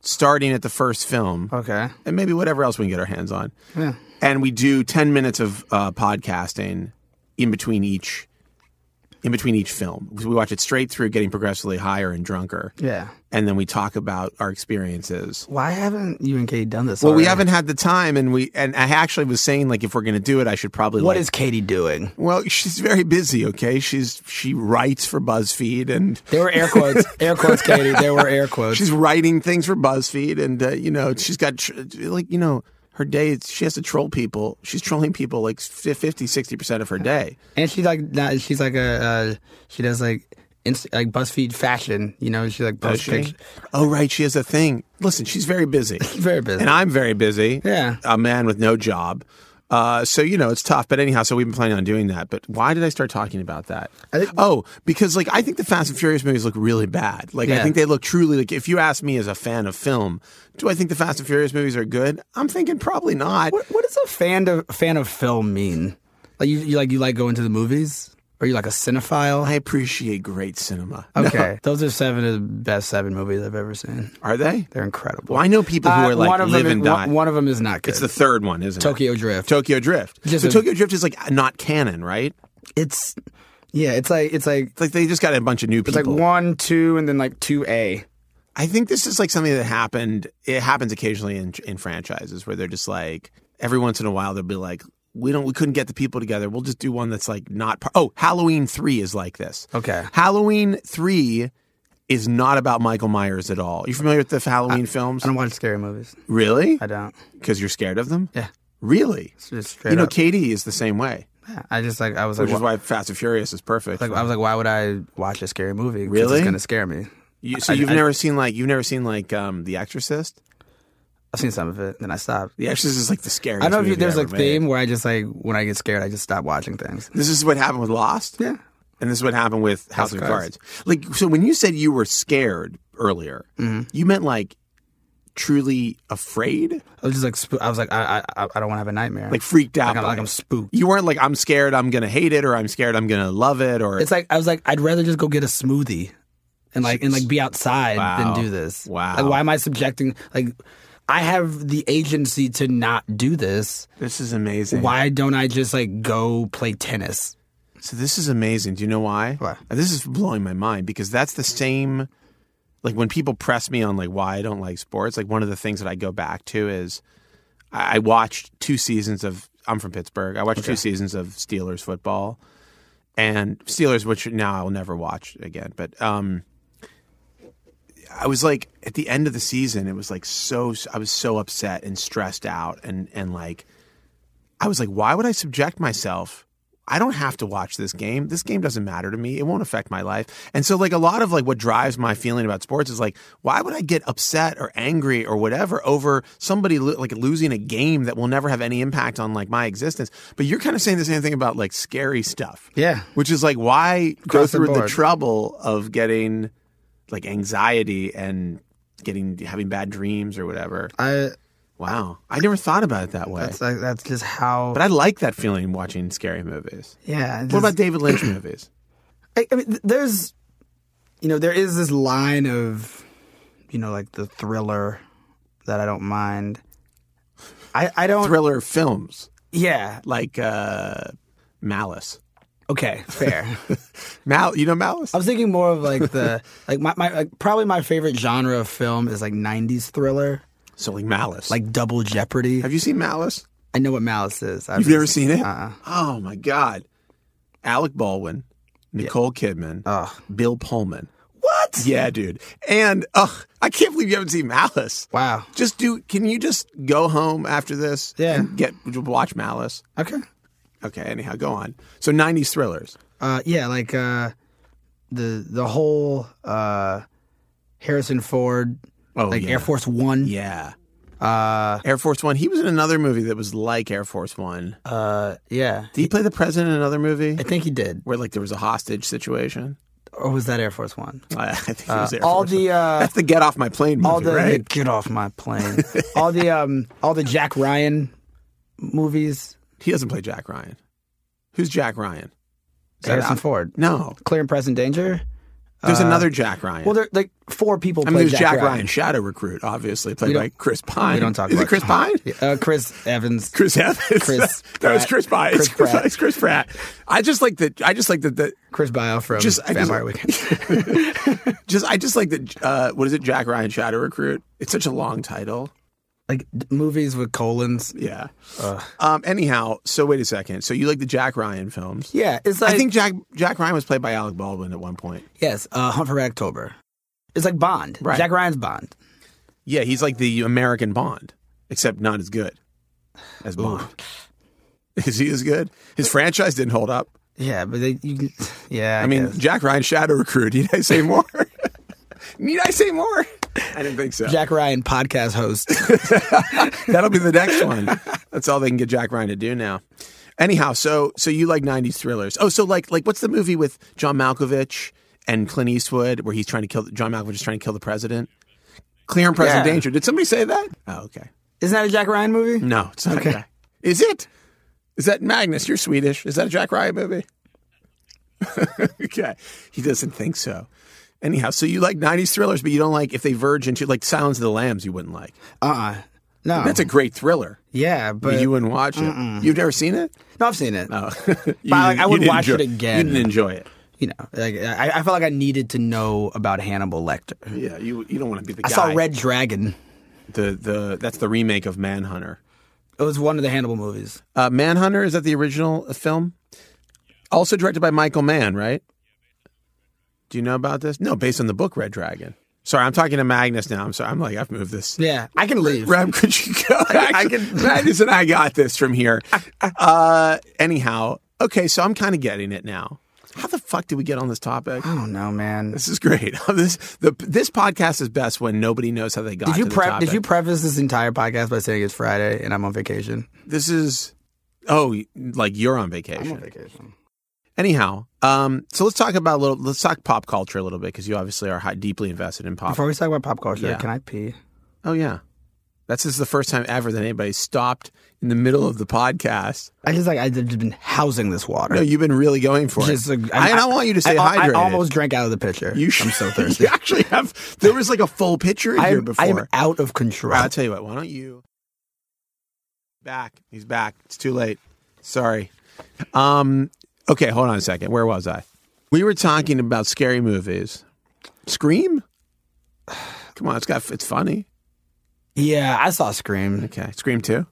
starting at the first film,
okay.
and maybe whatever else we can get our hands on.
Yeah.
And we do ten minutes of uh, podcasting in between each. In between each film, we watch it straight through, getting progressively higher and drunker,
Yeah.
and then we talk about our experiences.
Why haven't you and Katie done this?
Well, we
already?
haven't had the time, and we and I actually was saying like if we're going to do it, I should probably
What
like,
is Katie doing?
well, she's very busy. Okay, she's she writes for BuzzFeed and
There were air quotes, air quotes, Katie. There were air quotes.
she's writing things for BuzzFeed, and uh, you know she's got tr- like you know her day she has to troll people. She's trolling people like 50 60 percent of her day.
and she's like, not, she's like a, uh, she does like, inst- like BuzzFeed fashion. You know, she like posts
She,
pictures.
oh right, she has a thing. Listen, she's very busy.
Very busy.
and I'm very busy.
Yeah.
A man with no job. Uh, so you know it's tough, but anyhow, so we've been planning on doing that. But why did I start talking about that?
I think-
oh, because like I think the Fast and Furious movies look really bad. Like I
Yeah.
think they look truly like if you ask me as a fan of film, do I think the Fast and Furious movies are good? I'm thinking probably not.
what, what does a fan of fan of film mean? Like you, you like you like going to the movies? Are you like a cinephile?
I appreciate great cinema. No.
Okay, those are seven of the best seven movies I've ever seen.
Are they?
They're incredible.
Well, I know people who
Uh,
are like
one of
live
them,
and
is-
die.
One, one of them is not good.
it's the third one, isn't it?
Tokyo Drift.
Tokyo Drift.
Just
so
a-
Tokyo Drift is like not canon, right?
it's yeah, it's like it's like
It's like they just got a bunch of new
it's
people.
like one, two, and then like two A.
I think this is like something that happened. It happens occasionally in in franchises where they're just like every once in a while they'll be like, we don't, we couldn't get the people together. We'll just do one that's like not. Par- oh, Halloween three is like this.
Okay.
Halloween three is not about Michael Myers at all. You familiar with the Halloween films?
I don't watch scary movies.
Really?
I don't.
Because you're scared of them?
Yeah.
Really?
It's just straight
You know,
up.
Katie is the same way,
I just like I was like,
which is
why,
why Fast and Furious is perfect.
like I was like, why would I watch a scary movie? 'Cause
Really?
It's gonna scare me.
you, so
I-
you've
I-
never seen like you've never seen like um, The Exorcist?
I've seen some of it, then I stopped.
The Exorcist is like the scariest.
I don't know if you,
movie
there's
ever
a
made.
theme where I just like when I get scared, I just stop watching things.
This is what happened with Lost.
Yeah.
And this is what happened with House,
of
of Cards. Like, so when you said you were scared earlier, you meant like truly afraid,
I was just like, sp- I was like, I I, I- I don't want to have a nightmare.
like freaked out.
like I'm,
by
like I'm
it.
spooked.
you weren't like I'm scared I'm gonna hate it or I'm scared I'm gonna love it or
It's like I was like, I'd rather just go get a smoothie, and like and like be outside
Wow.
than do this.
Wow.
Like why am I subjecting like? I have the agency to not do this.
this is amazing.
Why don't I just like go play tennis?
So this is amazing. Do you know why?
Why?
And This is blowing my mind because that's the same. Like when people press me on like why I don't like sports, like one of the things that I go back to is I I watched two seasons of. I'm from Pittsburgh. I watched two seasons of Steelers football, and Steelers, which now I'll never watch again. But um, I was like at the end of the season, it was like so. I was so upset and stressed out, and and like I was like, why would I subject myself? I don't have to watch this game. This game doesn't matter to me. It won't affect my life. And so like a lot of like what drives my feeling about sports is like, why would I get upset or angry or whatever over somebody lo- like losing a game that will never have any impact on like my existence? But you're kind of saying the same thing about like scary stuff.
Yeah.
Which is like why go
Across the
through the
board.
trouble of getting like anxiety and getting having bad dreams or whatever.
I
Wow. I never thought about it that way.
that's like that's just how.
But I like that feeling watching scary movies.
yeah.
What about David Lynch movies?
I, I mean, th- there's, you know, there is this line of, you know, like the thriller that I don't mind. I, I don't.
Thriller films
yeah.
like uh, Malice.
Okay, fair.
Mal, you know Malice?
I was thinking more of like the like my, my like probably my favorite genre of film is like '90s thriller,
So like Malice.
like Double Jeopardy.
have you seen Malice?
I know what malice is. I've
You've never seen it?
Uh-uh.
Oh my God! Alec Baldwin, Nicole Kidman,
Ugh.
Bill Pullman.
What?
Yeah, dude. And ugh, I can't believe you haven't seen Malice.
Wow.
Just do. Can you just go home after this?
Yeah.
And get watch Malice.
Okay.
Okay. Anyhow, go on. So '90s thrillers.
Uh, yeah, like uh, the the whole uh, Harrison Ford,
Oh,
like
yeah.
Air Force One.
Yeah.
Uh,
Air Force One. He was in another movie that was like Air Force One.
uh, yeah.
Did he play the president in another movie
I think he did,
where like there was a hostage situation?
or was that Air Force One?
I I think it was Air
all
Force
the,
One.
uh,
that's the get off my plane movie,
All the,
right?
the get off my plane. all the um, all the Jack Ryan movies.
He doesn't play Jack Ryan. Who's Jack Ryan? Is that
Harrison
out?
Ford,
No,
Uh, Clear and Present Danger.
there's
Uh,
another Jack Ryan.
Well, they're like four people.
I mean,
play
there's
Jack,
Jack Ryan. Shadow Recruit, obviously played
We don't-
by Chris Pine.
We don't talk
Is
about
it Chris Pine?
Yeah, Uh, Chris Evans.
Chris Evans.
Chris
that was
Pratt.
Chris Pine.
Chris
it's, Chris,
Pratt.
it's Chris Pratt. I just like that. I just like that. that
Chris Bio from
Just- I just-
Vampire Weekend.
just I just like that. Uh, what is it? Jack Ryan Shadow Recruit. It's such a long title.
like d- movies with colons.
Yeah. Um. Anyhow, so wait a second. So you like the Jack Ryan films?
Yeah, it's like
I think Jack Jack Ryan was played by Alec Baldwin at one point.
yes, uh, Hunt for Red October. It's like Bond.
Right.
Jack Ryan's Bond.
Yeah, he's like the American Bond, except not as good as Bond. Is he as good? His franchise didn't hold up.
Yeah, but they, you, can- yeah. I,
I mean,
guess.
Jack Ryan Shadow Recruit. Need I say more? Need I say more? I didn't think so.
Jack Ryan podcast host.
That'll be the next one. That's all they can get Jack Ryan to do now. Anyhow, so so you like '90s thrillers? Oh, so like like what's the movie with John Malkovich and Clint Eastwood where he's trying to kill John Malkovich is trying to kill the president? Clear and present
Yeah.
danger. Did somebody say that? Oh, okay.
Isn't that a Jack Ryan movie?
No, it's not. Okay. Is it? Is that Magnus? You're Swedish. Is that a Jack Ryan movie? okay. He doesn't think so. Anyhow, so you like 90s thrillers, but you don't like if they verge into like Silence of the Lambs, you wouldn't like.
Uh. uh No.
That's a great thriller.
yeah,
but
but
you wouldn't watch it. You've never seen it?
no, I've seen it.
Oh.
like, I would watch it
You
again.
didn't enjoy it.
You know, like I, I felt like I needed to know about Hannibal Lecter.
Yeah, you you don't want to be the
I
guy.
saw Red Dragon.
The the that's the remake of Manhunter.
It was one of the Hannibal movies.
Uh, Manhunter is that the original uh, film? Also directed by Michael Mann, right? Do you know about this? No, based on the book Red Dragon. Sorry, I'm talking to Magnus now. I'm sorry. I'm like I've moved this.
Yeah, I can leave.
Rem, could you go? Back?
I can-
Magnus and I got this from here. Uh, anyhow, okay, so I'm kind of getting it now. How the fuck did we get on this topic?
I don't know, man.
This is great. this the this podcast is best when nobody knows how they got.
Did you
to the
prep? Did
topic.
you preface this entire podcast by saying it's Friday and I'm on vacation?
This is oh, like you're on vacation.
vacation.
Anyhow, um, so let's talk about a little. Let's talk pop culture a little bit because you obviously are high, deeply invested in pop.
Before we talk about pop culture,
Yeah.
can I pee?
oh yeah, that's just the first time ever that anybody stopped in the middle of the podcast.
I just like I've just been housing this water.
No, you've been really going for
Just,
it.
like,
I, and I want you to stay
I,
hydrated.
I almost drank out of the pitcher.
You should,
I'm so thirsty.
you actually have. There was like a full pitcher in
I,
here
am,
before.
I am out of control.
I'll tell you what. Why don't you? Back. He's back. It's too late. Sorry. Um. Okay. Hold on a second. Where was I? We were talking about scary movies. Scream. Come on. It's got. It's funny.
yeah, I saw Scream.
Okay. Scream two.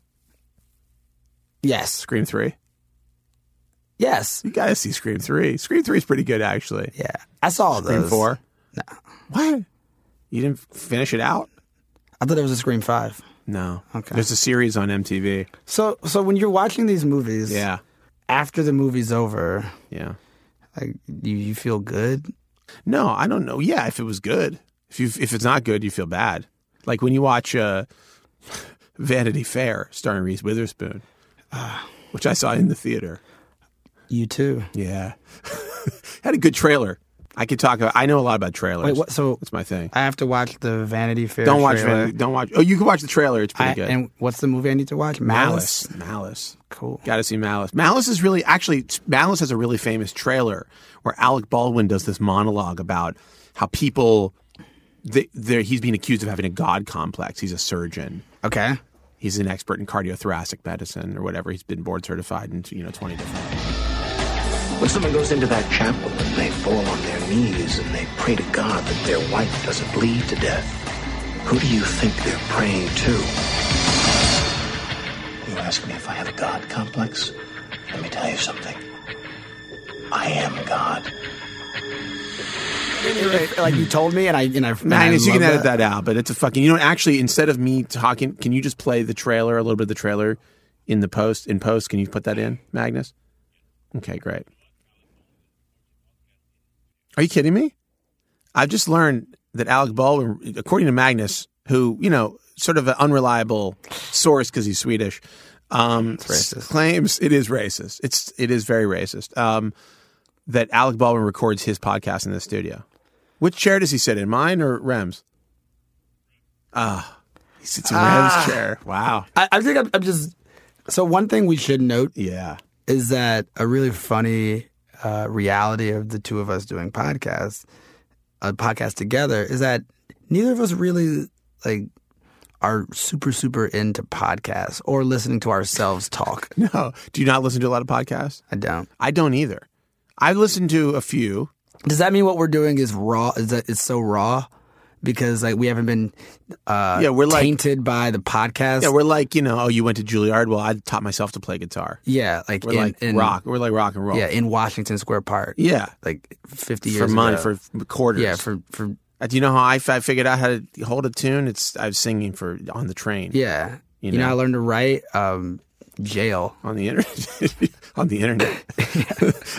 Yes,
Scream three.
yes,
You gotta see Scream three. Scream three is pretty good actually.
yeah. I saw all
Scream
those.
four. No. What? You didn't finish it out?
I thought it was a Scream five.
No.
Okay.
There's a series on MTV.
So, so when you're watching these movies,
Yeah.
after the movie's over,
Yeah.
like you, you feel good.
No, I don't know. Yeah, if it was good. If you if it's not good, you feel bad. Like when you watch uh, Vanity Fair starring Reese Witherspoon, which I saw in the theater.
You too.
Yeah, had a good trailer. I could talk about. I know a lot about trailers.
Wait, what? So
That's my thing.
I have to watch the Vanity Fair.
Don't watch.
trailer.
Vanity, don't watch. Oh, you can watch the trailer. It's pretty
I,
good.
and what's the movie I need to watch? Malice.
Malice. Malice.
Cool.
Got to see Malice. Malice is really actually Malice has a really famous trailer where Alec Baldwin does this monologue about how people they, they're- he's being accused of having a god complex. He's a surgeon.
Okay.
He's an expert in cardiothoracic medicine or whatever. He's been board certified in you know twenty different.
When someone goes into that chapel and they fall on their knees and they pray to God that their wife doesn't bleed to death, who do you think they're praying to? You ask me if I have a God complex? Let me tell you something. I am God.
like you told me, and I and I. And I
Nine you can
love
edit that out, but it's a fucking. You know, actually, instead of me talking, can you just play the trailer a little bit of the trailer in the post? In post, can you put that in, Magnus? Okay, great. Are you kidding me? I've just learned that Alec Baldwin, according to Magnus, who you know, sort of an unreliable source because he's Swedish, um,
racist.
claims it is racist. It's it is very racist. Um, that Alec Baldwin records his podcast in the studio. Which chair does he sit in? Mine or Rem's? Ah, he sits in Rem's chair. Wow.
I, I think I'm, I'm just. So one thing we should note
Yeah.
is that a really funny uh, reality of the two of us doing podcasts, a podcast together, is that neither of us really like are super super into podcasts or listening to ourselves talk.
No. Do you not listen to a lot of podcasts?
I don't.
I don't either. I listen to a few.
Does that mean what we're doing is raw? Is that it's so raw because like we haven't been uh,
Yeah, we're like-
tainted by the podcast.
Yeah, we're like, you know, oh, you went to Juilliard. Well, I taught myself to play guitar.
Yeah, like
We're
in,
like
in-
rock. We're like rock and roll.
Yeah, in Washington Square Park.
Yeah.
like fifty years
For money,
ago.
for quarters.
yeah, for for
Uh, Do you know how I, I figured out how to hold a tune? It's I was singing for on the train.
yeah.
You
You, know,
know.
I learned to write um, jail.
on the internet. on the internet,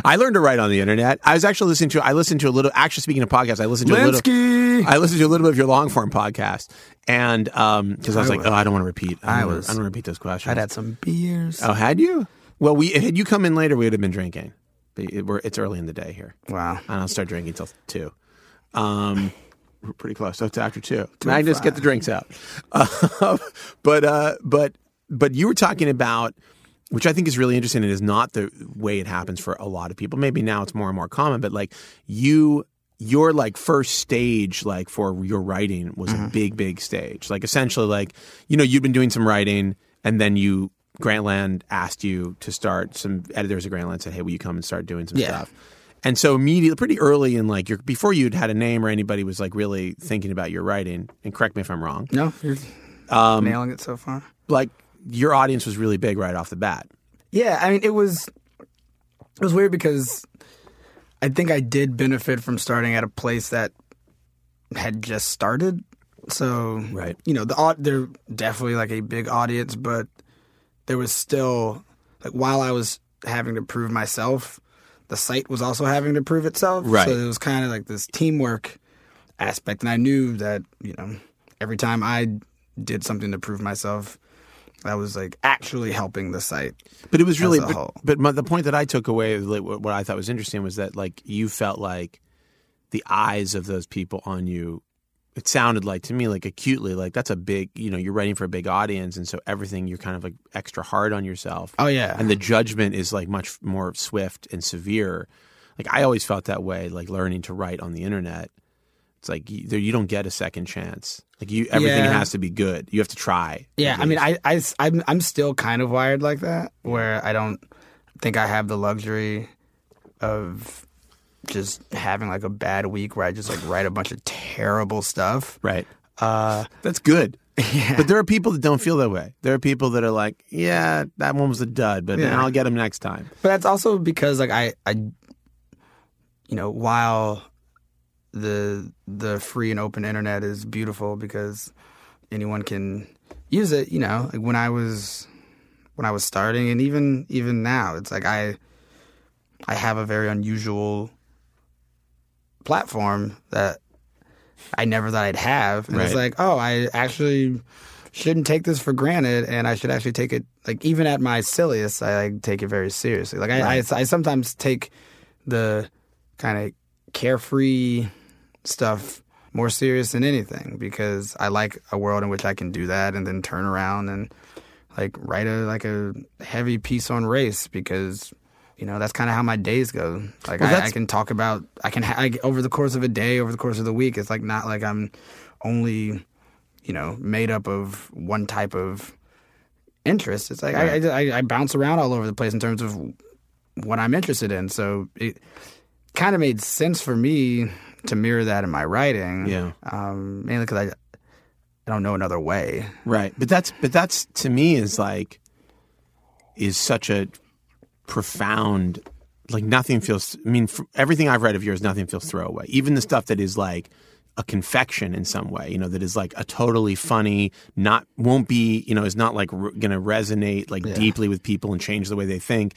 I learned to write on the internet. I was actually listening to. I listened to a little. Actually, speaking of podcasts, I listened to a
Linsky!
little. I listened to a little bit of your long form podcast, and um, because I was like, oh, I don't want to repeat. I,
I
don't wanna-
was-
I don't wanna repeat those questions.
I'd had some beers.
oh, had you? Well, we had you come in later, we would have been drinking. But it- we're, it's early in the day here.
Wow.
I don't start drinking till two. Um, we're pretty close. So it's after two. Magnus, get the drinks out. Uh, but uh, but but you were talking about, which I think is really interesting. It is not the way it happens for a lot of people. Maybe now it's more and more common. But like you, your like first stage like for your writing was a big big stage. Like essentially like you know you've been doing some writing and then you. Grantland asked you to start some editors at Grantland said, "Hey, will you come and start doing some
Yeah.
stuff?" And so immediately, pretty early in like your before you'd had a name or anybody was like really thinking about your writing. And correct me if I'm wrong.
No, you're nailing it so far.
Like your audience was really big right off the bat.
Yeah, I mean, it was it was weird because I think I did benefit from starting at a place that had just started. So,
Right.
you know, the au- they're definitely like a big audience, but there was still like while I was having to prove myself, the site was also having to prove itself.
Right.
So it was kind of like this teamwork aspect, and I knew that you know every time I did something to prove myself, I was like actually helping the site.
But it was really.
a
But,
whole.
but my, the point that I took away, like, what what I thought was interesting, was that like you felt like the eyes of those people on you. It sounded like to me, like acutely, like that's a big. You know, you're writing for a big audience, and so everything you're kind of like extra hard on yourself.
Oh yeah,
and the judgment is like much more swift and severe. Like I always felt that way, like learning to write on the internet. It's like you, there, you don't get a second chance. Like you, everything
Yeah.
has to be good. You have to try.
Yeah,
at
I mean,
least.
I, I, am I'm still kind of wired like that, where I don't think I have the luxury of just having like a bad week where I just like write a bunch of terrible stuff. Uh,
right. That's good. But there are people that don't feel that way. There are people that are like, yeah, that one was a dud, but
Yeah.
I'll get them next time.
But that's also because like I, I, you know, while the the free and open internet is beautiful because anyone can use it, you know, like when I was when I was starting and even even now, it's like I I have a very unusual platform that I never thought I'd have. And it's
Right.
like, oh, I actually shouldn't take this for granted and I should actually take it like even at my silliest I like take it very seriously. Like I, I, I sometimes take the kind of carefree stuff more serious than anything because I like a world in which I can do that and then turn around and like write a like a heavy piece on race because you know that's kind of how my days go. Like
Well,
I,
that's-
I can talk about I can ha- I, over the course of a day over the course of the week. It's like not like I'm only you know made up of one type of interest. It's like I I, I I bounce around all over the place in terms of what I'm interested in. So it kind of made sense for me to mirror that in my writing.
Yeah.
Um, mainly because I, I don't know another way.
Right. But that's but that's to me is like is such a profound like nothing feels I mean for everything I've read of yours nothing feels throwaway. Even the stuff that is like a confection in some way, you know, that is like a totally funny, not won't be, you know, is not like r going to resonate like deeply with people and change the way they think.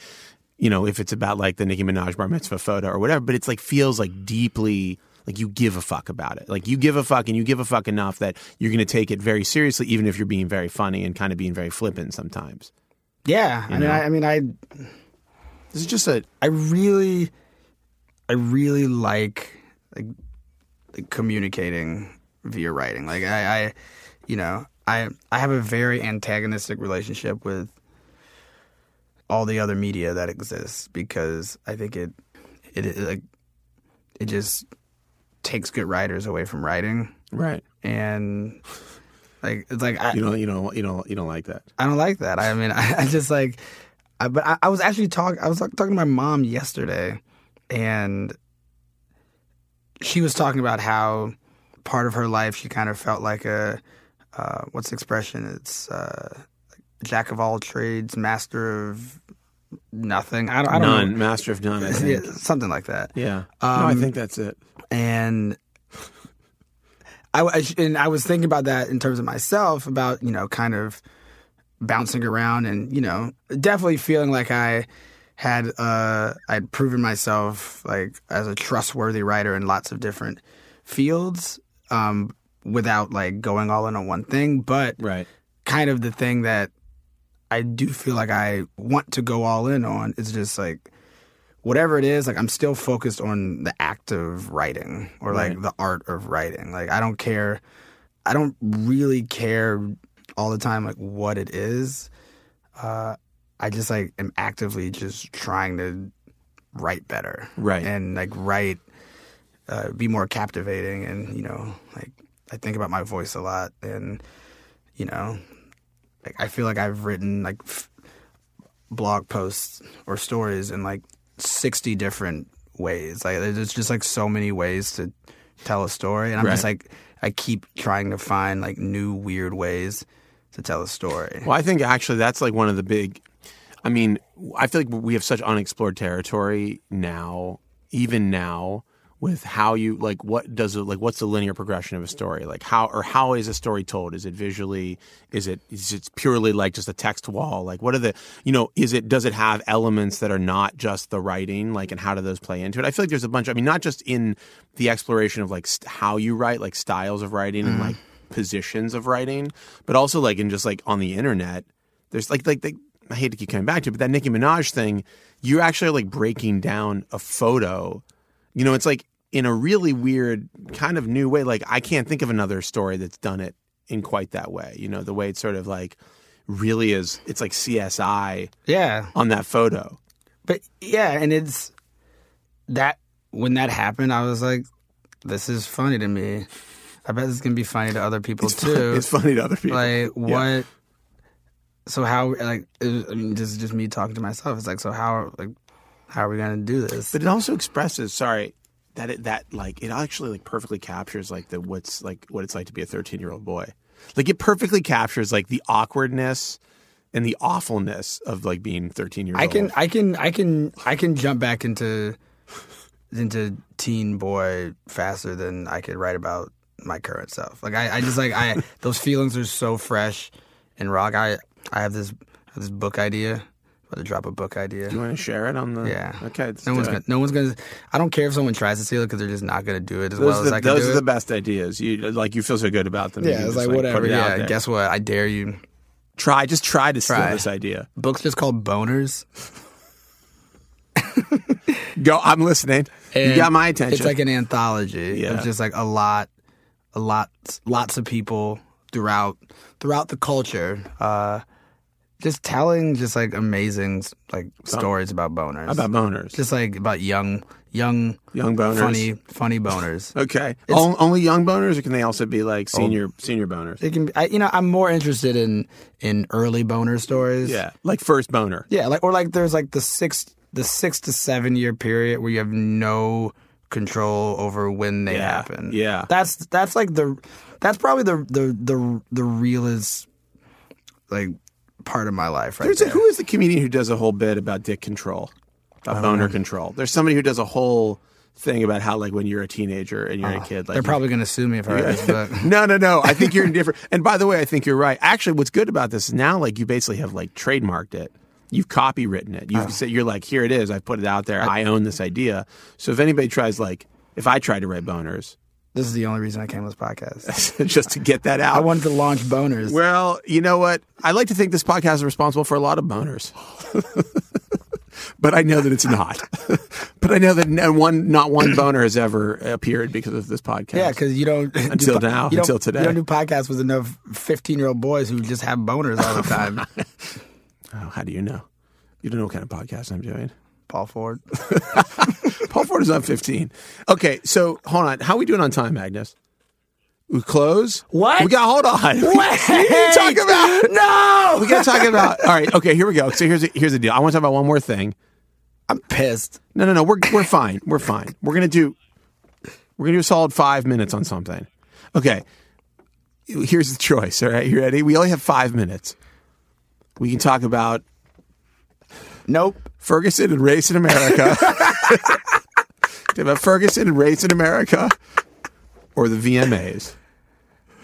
You know, if it's about like the Nicki Minaj bar mitzvah photo or whatever, but it's like feels like deeply like you give a fuck about it. Like you give a fuck and you give a fuck enough that you're going to take it very seriously, even if you're being very funny and kind of being very flippant sometimes.
Yeah. I mean, I, I mean, I,
This is just a
I really, I really like like, like communicating via writing. Like I, I, you know, I I have a very antagonistic relationship with all the other media that exists because I think it it, it like it just takes good writers away from writing
right.
and like it's like I,
You don't you don't you don't you don't like that.
I don't like that. I mean, I, I just like, I, but I, I was actually talking. I was like, talking to my mom yesterday, and she was talking about how part of her life she kind of felt like a uh, what's the expression? It's uh, jack of all trades, master of nothing. I don't. I don't
none,
Know.
master of none. I
Yeah,
think.
something like that
yeah. no, I
Um,
think that's it.
and I wa- and I was thinking about that in terms of myself about you know kind of bouncing around and you know definitely feeling like I had uh I'd proven myself like as a trustworthy writer in lots of different fields um without like going all in on one thing but
Right.
kind of the thing that I do feel like I want to go all in on is just like whatever it is, like I'm still focused on the act of writing or like
Right.
the art of writing. Like I don't care I don't really care all the time like what it is. Uh I just like am actively just trying to write better.
Right.
And like write uh, be more captivating and you know like I think about my voice a lot and you know like I feel like I've written like f- blog posts or stories in like 60 different ways like there's just like so many ways to tell a story and I'm just
Right.
like I keep trying to find like new weird ways to tell a story
Well, I think actually that's like one of the big. I mean, I feel like we have such unexplored territory now, even now, with how you like what does it like what's the linear progression of a story like how or how is a story told? Is it visually? Is it is it purely like just a text wall? Like what are the you know is it does it have elements that are not just the writing like and how do those play into it? I feel like there's a bunch. I mean, not just in the exploration of like st- how you write, like styles of writing and like positions of writing, but also like in just like on the internet. There's like like they, I hate to keep coming back to, it, but that Nicki Minaj thing, you're actually like breaking down a photo. You know, it's like in a really weird kind of new way. Like I can't think of another story that's done it in quite that way. You know, the way it's sort of like really is. It's like CSI
yeah
on that photo.
but yeah and it's that when that happened I was like this is funny to me I bet this can be funny to other people
It's,
too
fun- it's funny to other people.
Like what? So how? Like it was- I mean, just just me talking to myself. It's like so how? Like how are we gonna do this?
But it also expresses, sorry, that it, that like it actually like perfectly captures like the what's like what it's like to be a 13-year-old boy. Like it perfectly captures like the awkwardness and the awfulness of like being 13 years
I
old.
can I can I can I can jump back into into teen boy faster than I could write about my current self. Like I, I just like I those feelings are so fresh and raw. Like, I I have this I have this book idea. about to drop a book idea.
you want to share it on the
Yeah.
Okay. let's
No
do
one's
it.
gonna. No one's gonna. I don't care if someone tries to steal it because they're just not gonna do it as
Those,
well
are
as
the,
I can
those
do
are
it.
the best ideas. You like you feel so good about them. you
Yeah,
can
it's
just,
like,
put
whatever.
it out
yeah,
there.
guess what? I dare you.
Try just try to steal
Try.
this idea.
Book's just called Boners.
Go. I'm listening. you
And
got my attention.
It's like an anthology
Yeah.
of just like a lot, a lot, lots of people throughout throughout the culture, uh, just telling just like amazing like stories about boners,
about boners.
just like about young, young,
young boners.
funny, funny boners.
Okay. On- only young boners, or can they also be like
Oh.
senior senior boners?
It can, be, I, you know, I'm more interested in in early boner stories.
Yeah, like first boner.
Yeah, like or like there's like the six the six to seven year period where you have no control over when they
Yeah,
happen.
yeah.
That's that's like the that's probably the the the the realest like part of my life right
There's a,
there.
who is the comedian who does a whole bit about dick control, about boner control? There's somebody who does a whole thing about how like when you're a teenager and you're a kid, like
Ah, They're
you-
probably gonna sue me if I write this book.
No, no, no. I think you're indifferent. And by the way, I think you're right. Actually, what's good about this is now, like, you basically have like trademarked it. You've copywritten it. You
Ah.
have said you're like, here it is. I put it out there. I, own this idea. So if anybody tries, like, if I try to write boners,
This is the only reason I came to this podcast.
just to get that out.
I wanted to launch boners.
well, you know what? I like to think this podcast is responsible for a lot of boners. but I know that it's not. but I know that no one, not one boner has ever appeared because of this podcast.
Yeah, because you don't
Until
do po-
now,
you don't-
until today.
You don't do podcasts with enough fifteen-year-old boys who just have boners all the time.
Oh, how do you know? You don't know what kind of podcast I'm doing.
Paul Ford.
Paul Ford is on 15. Okay, so hold on. How are we doing on time, Magnus? We close?
What?
We got, hold on. What are you talking about?
No,
We got to talk about, all right, okay, here we go. So here's, the- here's the deal. I want to talk about one more thing.
I'm pissed.
No, no, no, we're, we're fine. We're fine. We're going to do, we're going to do a solid five minutes on something. Okay, here's the choice, all right? You ready? We only have five minutes. We can talk about
Nope.
Ferguson and Race in America. Talk about Ferguson and Race in America or the VMAs.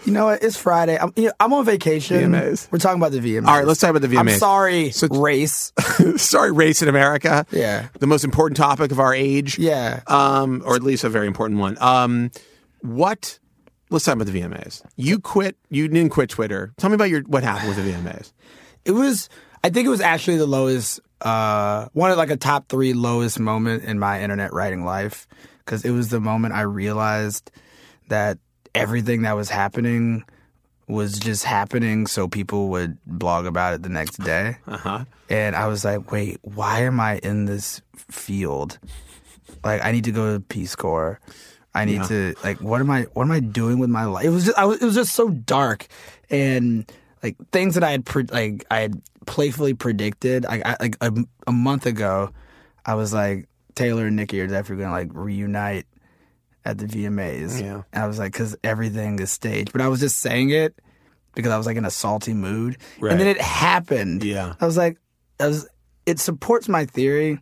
You know what? It's Friday. I'm, you know, I'm on vacation.
VMAs.
We're talking about the VMAs.
All right, let's talk about the
I'm
VMAs.
sorry,
So-
race.
Sorry, race in America.
Yeah.
The most important topic of our age.
Yeah. Uh,
Um, or at least a very important one. Um, what? Let's talk about the VMAs. You quit. You didn't quit Twitter. Tell me about your what happened with the VMAs.
It was. I think it was actually the lowest. Uh, one of like a top three lowest moment in my internet writing life because it was the moment I realized that everything that was happening was just happening so people would blog about it the next day.
Uh huh.
And I was like, wait, why am I in this field? Like, I need to go to Peace Corps. I need to like, what am I? What am I doing with my life? It was just, I was, it was just so dark, and like things that I had pre- like I had playfully predicted. Like, I, like a, a month ago, I was like, Taylor and Nikki are definitely gonna like reunite at the VMAs.
Yeah.
And I was like, because everything is staged. But I was just saying it because I was like in a salty mood,
Right.
and then it happened.
Yeah.
I was like, I was, it supports my theory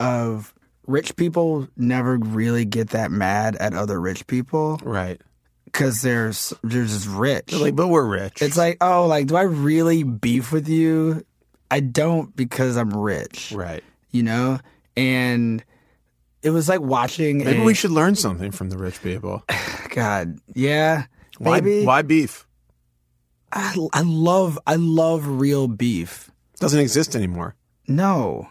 of rich people never really get that mad at other rich people
Right.
because they're s- they're just rich.
Like, but we're rich.
it's like, oh, like, do I really beef with you? I don't because I'm rich,
right.
you know. And it was like watching.
Maybe
a-
we should learn something from the rich people.
God, yeah.
Why?
Maybe.
Why beef?
I, I love I love real beef.
Doesn't exist anymore.
No,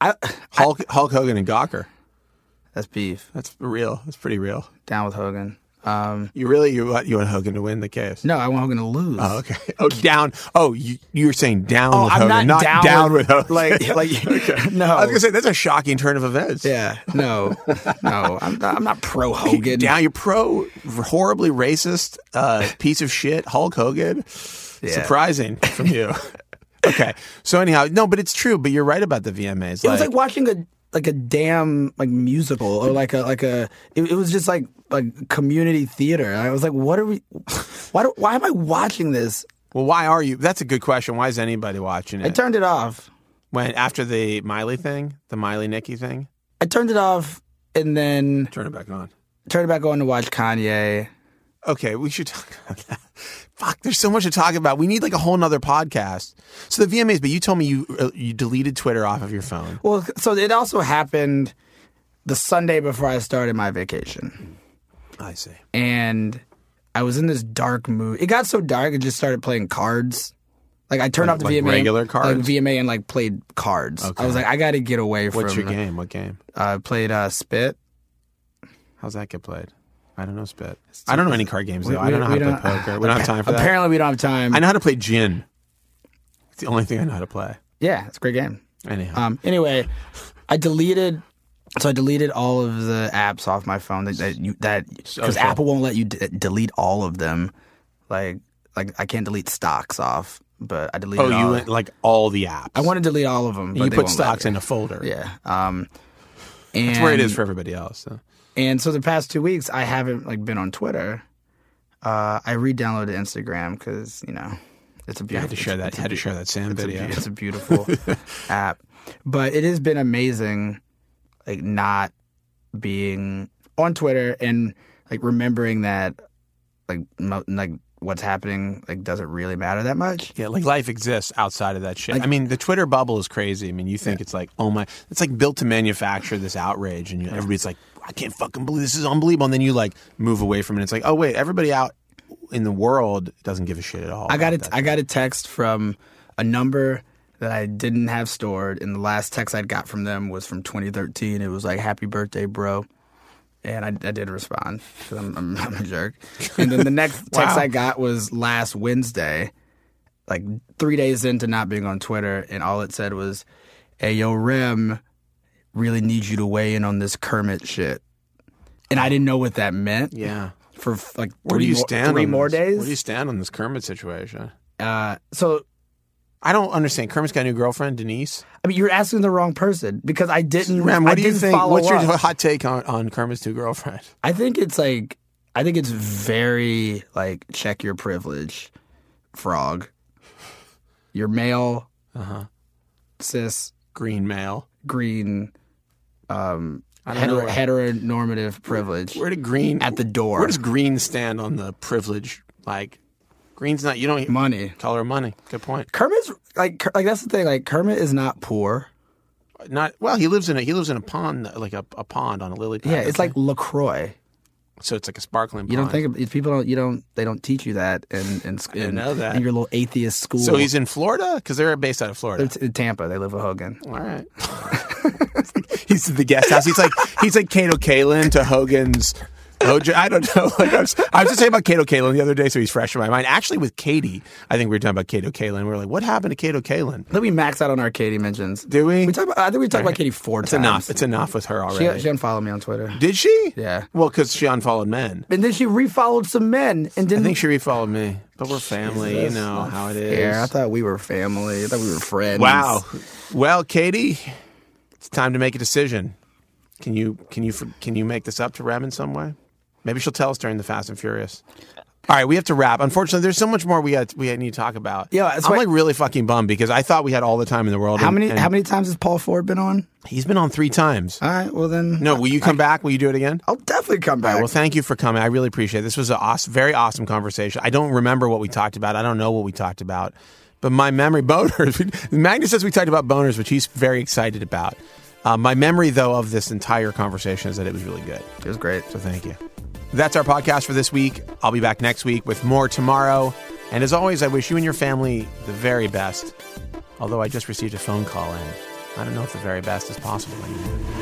I
Hulk, Hulk Hogan and Gawker.
that's beef.
That's real. That's pretty real.
Down with Hogan. Um,
You really you want you want Hogan to win the case?
no, I want Hogan to lose.
Oh, okay. Oh, down. Oh, you, you were saying down
Oh,
with
I'm
Hogan,
not, down,
with, Hogan.
Like, oh. like, no.
I was gonna say that's a shocking turn of events.
yeah, no, no. I'm not, I'm not pro Hogan.
Down, you're pro horribly racist uh, piece of shit Hulk Hogan. Surprising from you. okay. So anyhow, no, but it's true. But you're right about the VMAs.
It was like watching a like a damn like musical or like a like a. It, it was just like like community theater. I was like, what are we? Why do, why am I watching this?
well, why are you? That's a good question. Why is anybody watching
I
it?
turned it off.
when after the Miley thing, the Miley Nikki thing,
I turned it off and then
turn it back on.
turned it back on to watch Kanye.
Okay, we should talk about that. Fuck, there's so much to talk about. We need like a whole nother podcast. So the VMAs, but you told me you uh, you deleted Twitter off of your phone.
Well, so it also happened the Sunday before I started my vacation.
I see.
And I was in this dark mood. It got so dark, I just started playing cards. Like I turned
Like-
off the
like
VMA,
regular
like
cards?
VMA, and like played cards. I was like, I got to get away from.
What's your game? What game?
I played uh, spit.
How's that get played? I don't know spit. I don't know any card games though. I don't know how
we-
to
we
play
don't-
poker. We don't have time for that.
Apparently, we don't have time.
I know how to play gin. It's the only thing I know how to play.
Yeah, it's a great game.
Anyhow,
Um, anyway, I deleted. So I deleted all of the apps off my phone that, that you that because
Social.
Apple won't let you d- delete all of them. Like like I can't delete stocks off but I deleted.
Oh, you
all-
went like all the apps.
I want to delete all of them. But
you
they
put
won't let
stocks
me.
in a folder.
Yeah. Um, and,
That's where it is for everybody else. so.
And so the past two weeks, I haven't like been on Twitter. Uh, I re-downloaded Instagram because you know it's a
I
beautiful.
had to share that.
it's a
Had to share that Sam
it's a,
video.
beau- it's a beautiful app, but it has been amazing, like not being on Twitter and like remembering that, like mo- like what's happening like doesn't really matter that much.
Yeah, like life exists outside of that shit.
Like-
I mean, the Twitter bubble is crazy. I mean, you think it's like, oh my, it's like built to manufacture this outrage, and you, everybody's like, I can't fucking believe this is unbelievable. And then you like move away from it. It's like, oh wait, everybody out in the world doesn't give a shit at all.
I got
about
a,
that.
I got a text from a number that I didn't have stored, and the last text I got from them was from 2013. It was like "Happy birthday, bro," and I, I did respond because I'm, I'm, I'm a jerk. And then the next text
Wow.
I got was last Wednesday, like three days into not being on Twitter, and all it said was, "Hey, yo, Rem, really need you to weigh in on this Kermit shit." And I didn't know what that meant
Yeah.
for f- like
Where do
three
you
more-
stand?
three
on
more
this?
days.
Where do you stand on this Kermit situation?
uh, so
I don't understand. Kermit's got a new girlfriend, Denise.
I mean, you're asking the wrong person because I didn't.
Ram, what
I
do you
didn't
think?
follow
What's your
up.
hot take on, on Kermit's new girlfriend?
I think it's like, I think it's very like check your privilege, frog. You're male,
Uh huh.
cis,
Green male.
green, um,
I don't know
hetero,
what-
heteronormative privilege
Where did Green
at the door.
Where does Green stand on the privilege? Like, Green's not. You don't
money?
color of money. Good point.
Kermit's like, Ker- like that's the thing. Like Kermit is not poor.
Not well. He lives in a he lives in a pond, like a, a pond on a lily pad.
Yeah, it's like Lacroix.
so. It's like a sparkling.
You don't
pond.
think if people don't you don't they don't teach you that in in, sc- in,
know that.
in your little atheist school.
so? He's in Florida because they're based out of Florida.
It's in Tampa. They live with Hogan.
All right. he's at the guest house. He's like he's like Kato Kalin to Hogan's. Hoja, I don't know. Like I, was, I was just saying about Kato Kalin the other day, so he's fresh in my mind. Actually, with Katie, I think we were talking about Kato Kalin. We were like, what happened to Kato Kalin?
Then we max out on our Katie mentions.
Do we?
We talked about. I think we talked about Katie four
It's
times.
enough. It's enough with her
She,
already.
she unfollowed me on Twitter.
Did she?
Yeah.
Well, because she unfollowed men.
And then she refollowed some men and
I
didn't.
think she refollowed me, but we're family.
Jesus,
you know
not
how it is.
care. I thought we were family. I thought we were friends.
wow. Well, Katie, it's time to make a decision. Can you can you can you make this up to Rem in some way? Maybe she'll tell us during the Fast and Furious. All right, we have to wrap. Unfortunately, there's so much more we had, we need to talk about.
Yeah,
I'm
that's why-
like really fucking bummed because I thought we had all the time in the world.
How
and-
many?
and
How many Uh, times has Paul Ford been on?
He's been on three times.
All right. Well then.
No, will you come back? Will you do it again?
I'll definitely come
All
back.
right, well, thank you for coming. I really appreciate it. This was a awesome, very awesome conversation. I don't remember what we talked about. I don't know what we talked about, but my memory boners. Magnus says we talked about boners, which he's very excited about. Uh, my memory, though, of this entire conversation is that it was really good.
it was great.
So thank you. That's our podcast for this week. I'll be back next week with more tomorrow. And as always, I wish you and your family the very best. Although I just received a phone call in. I don't know if the very best is possible anymore.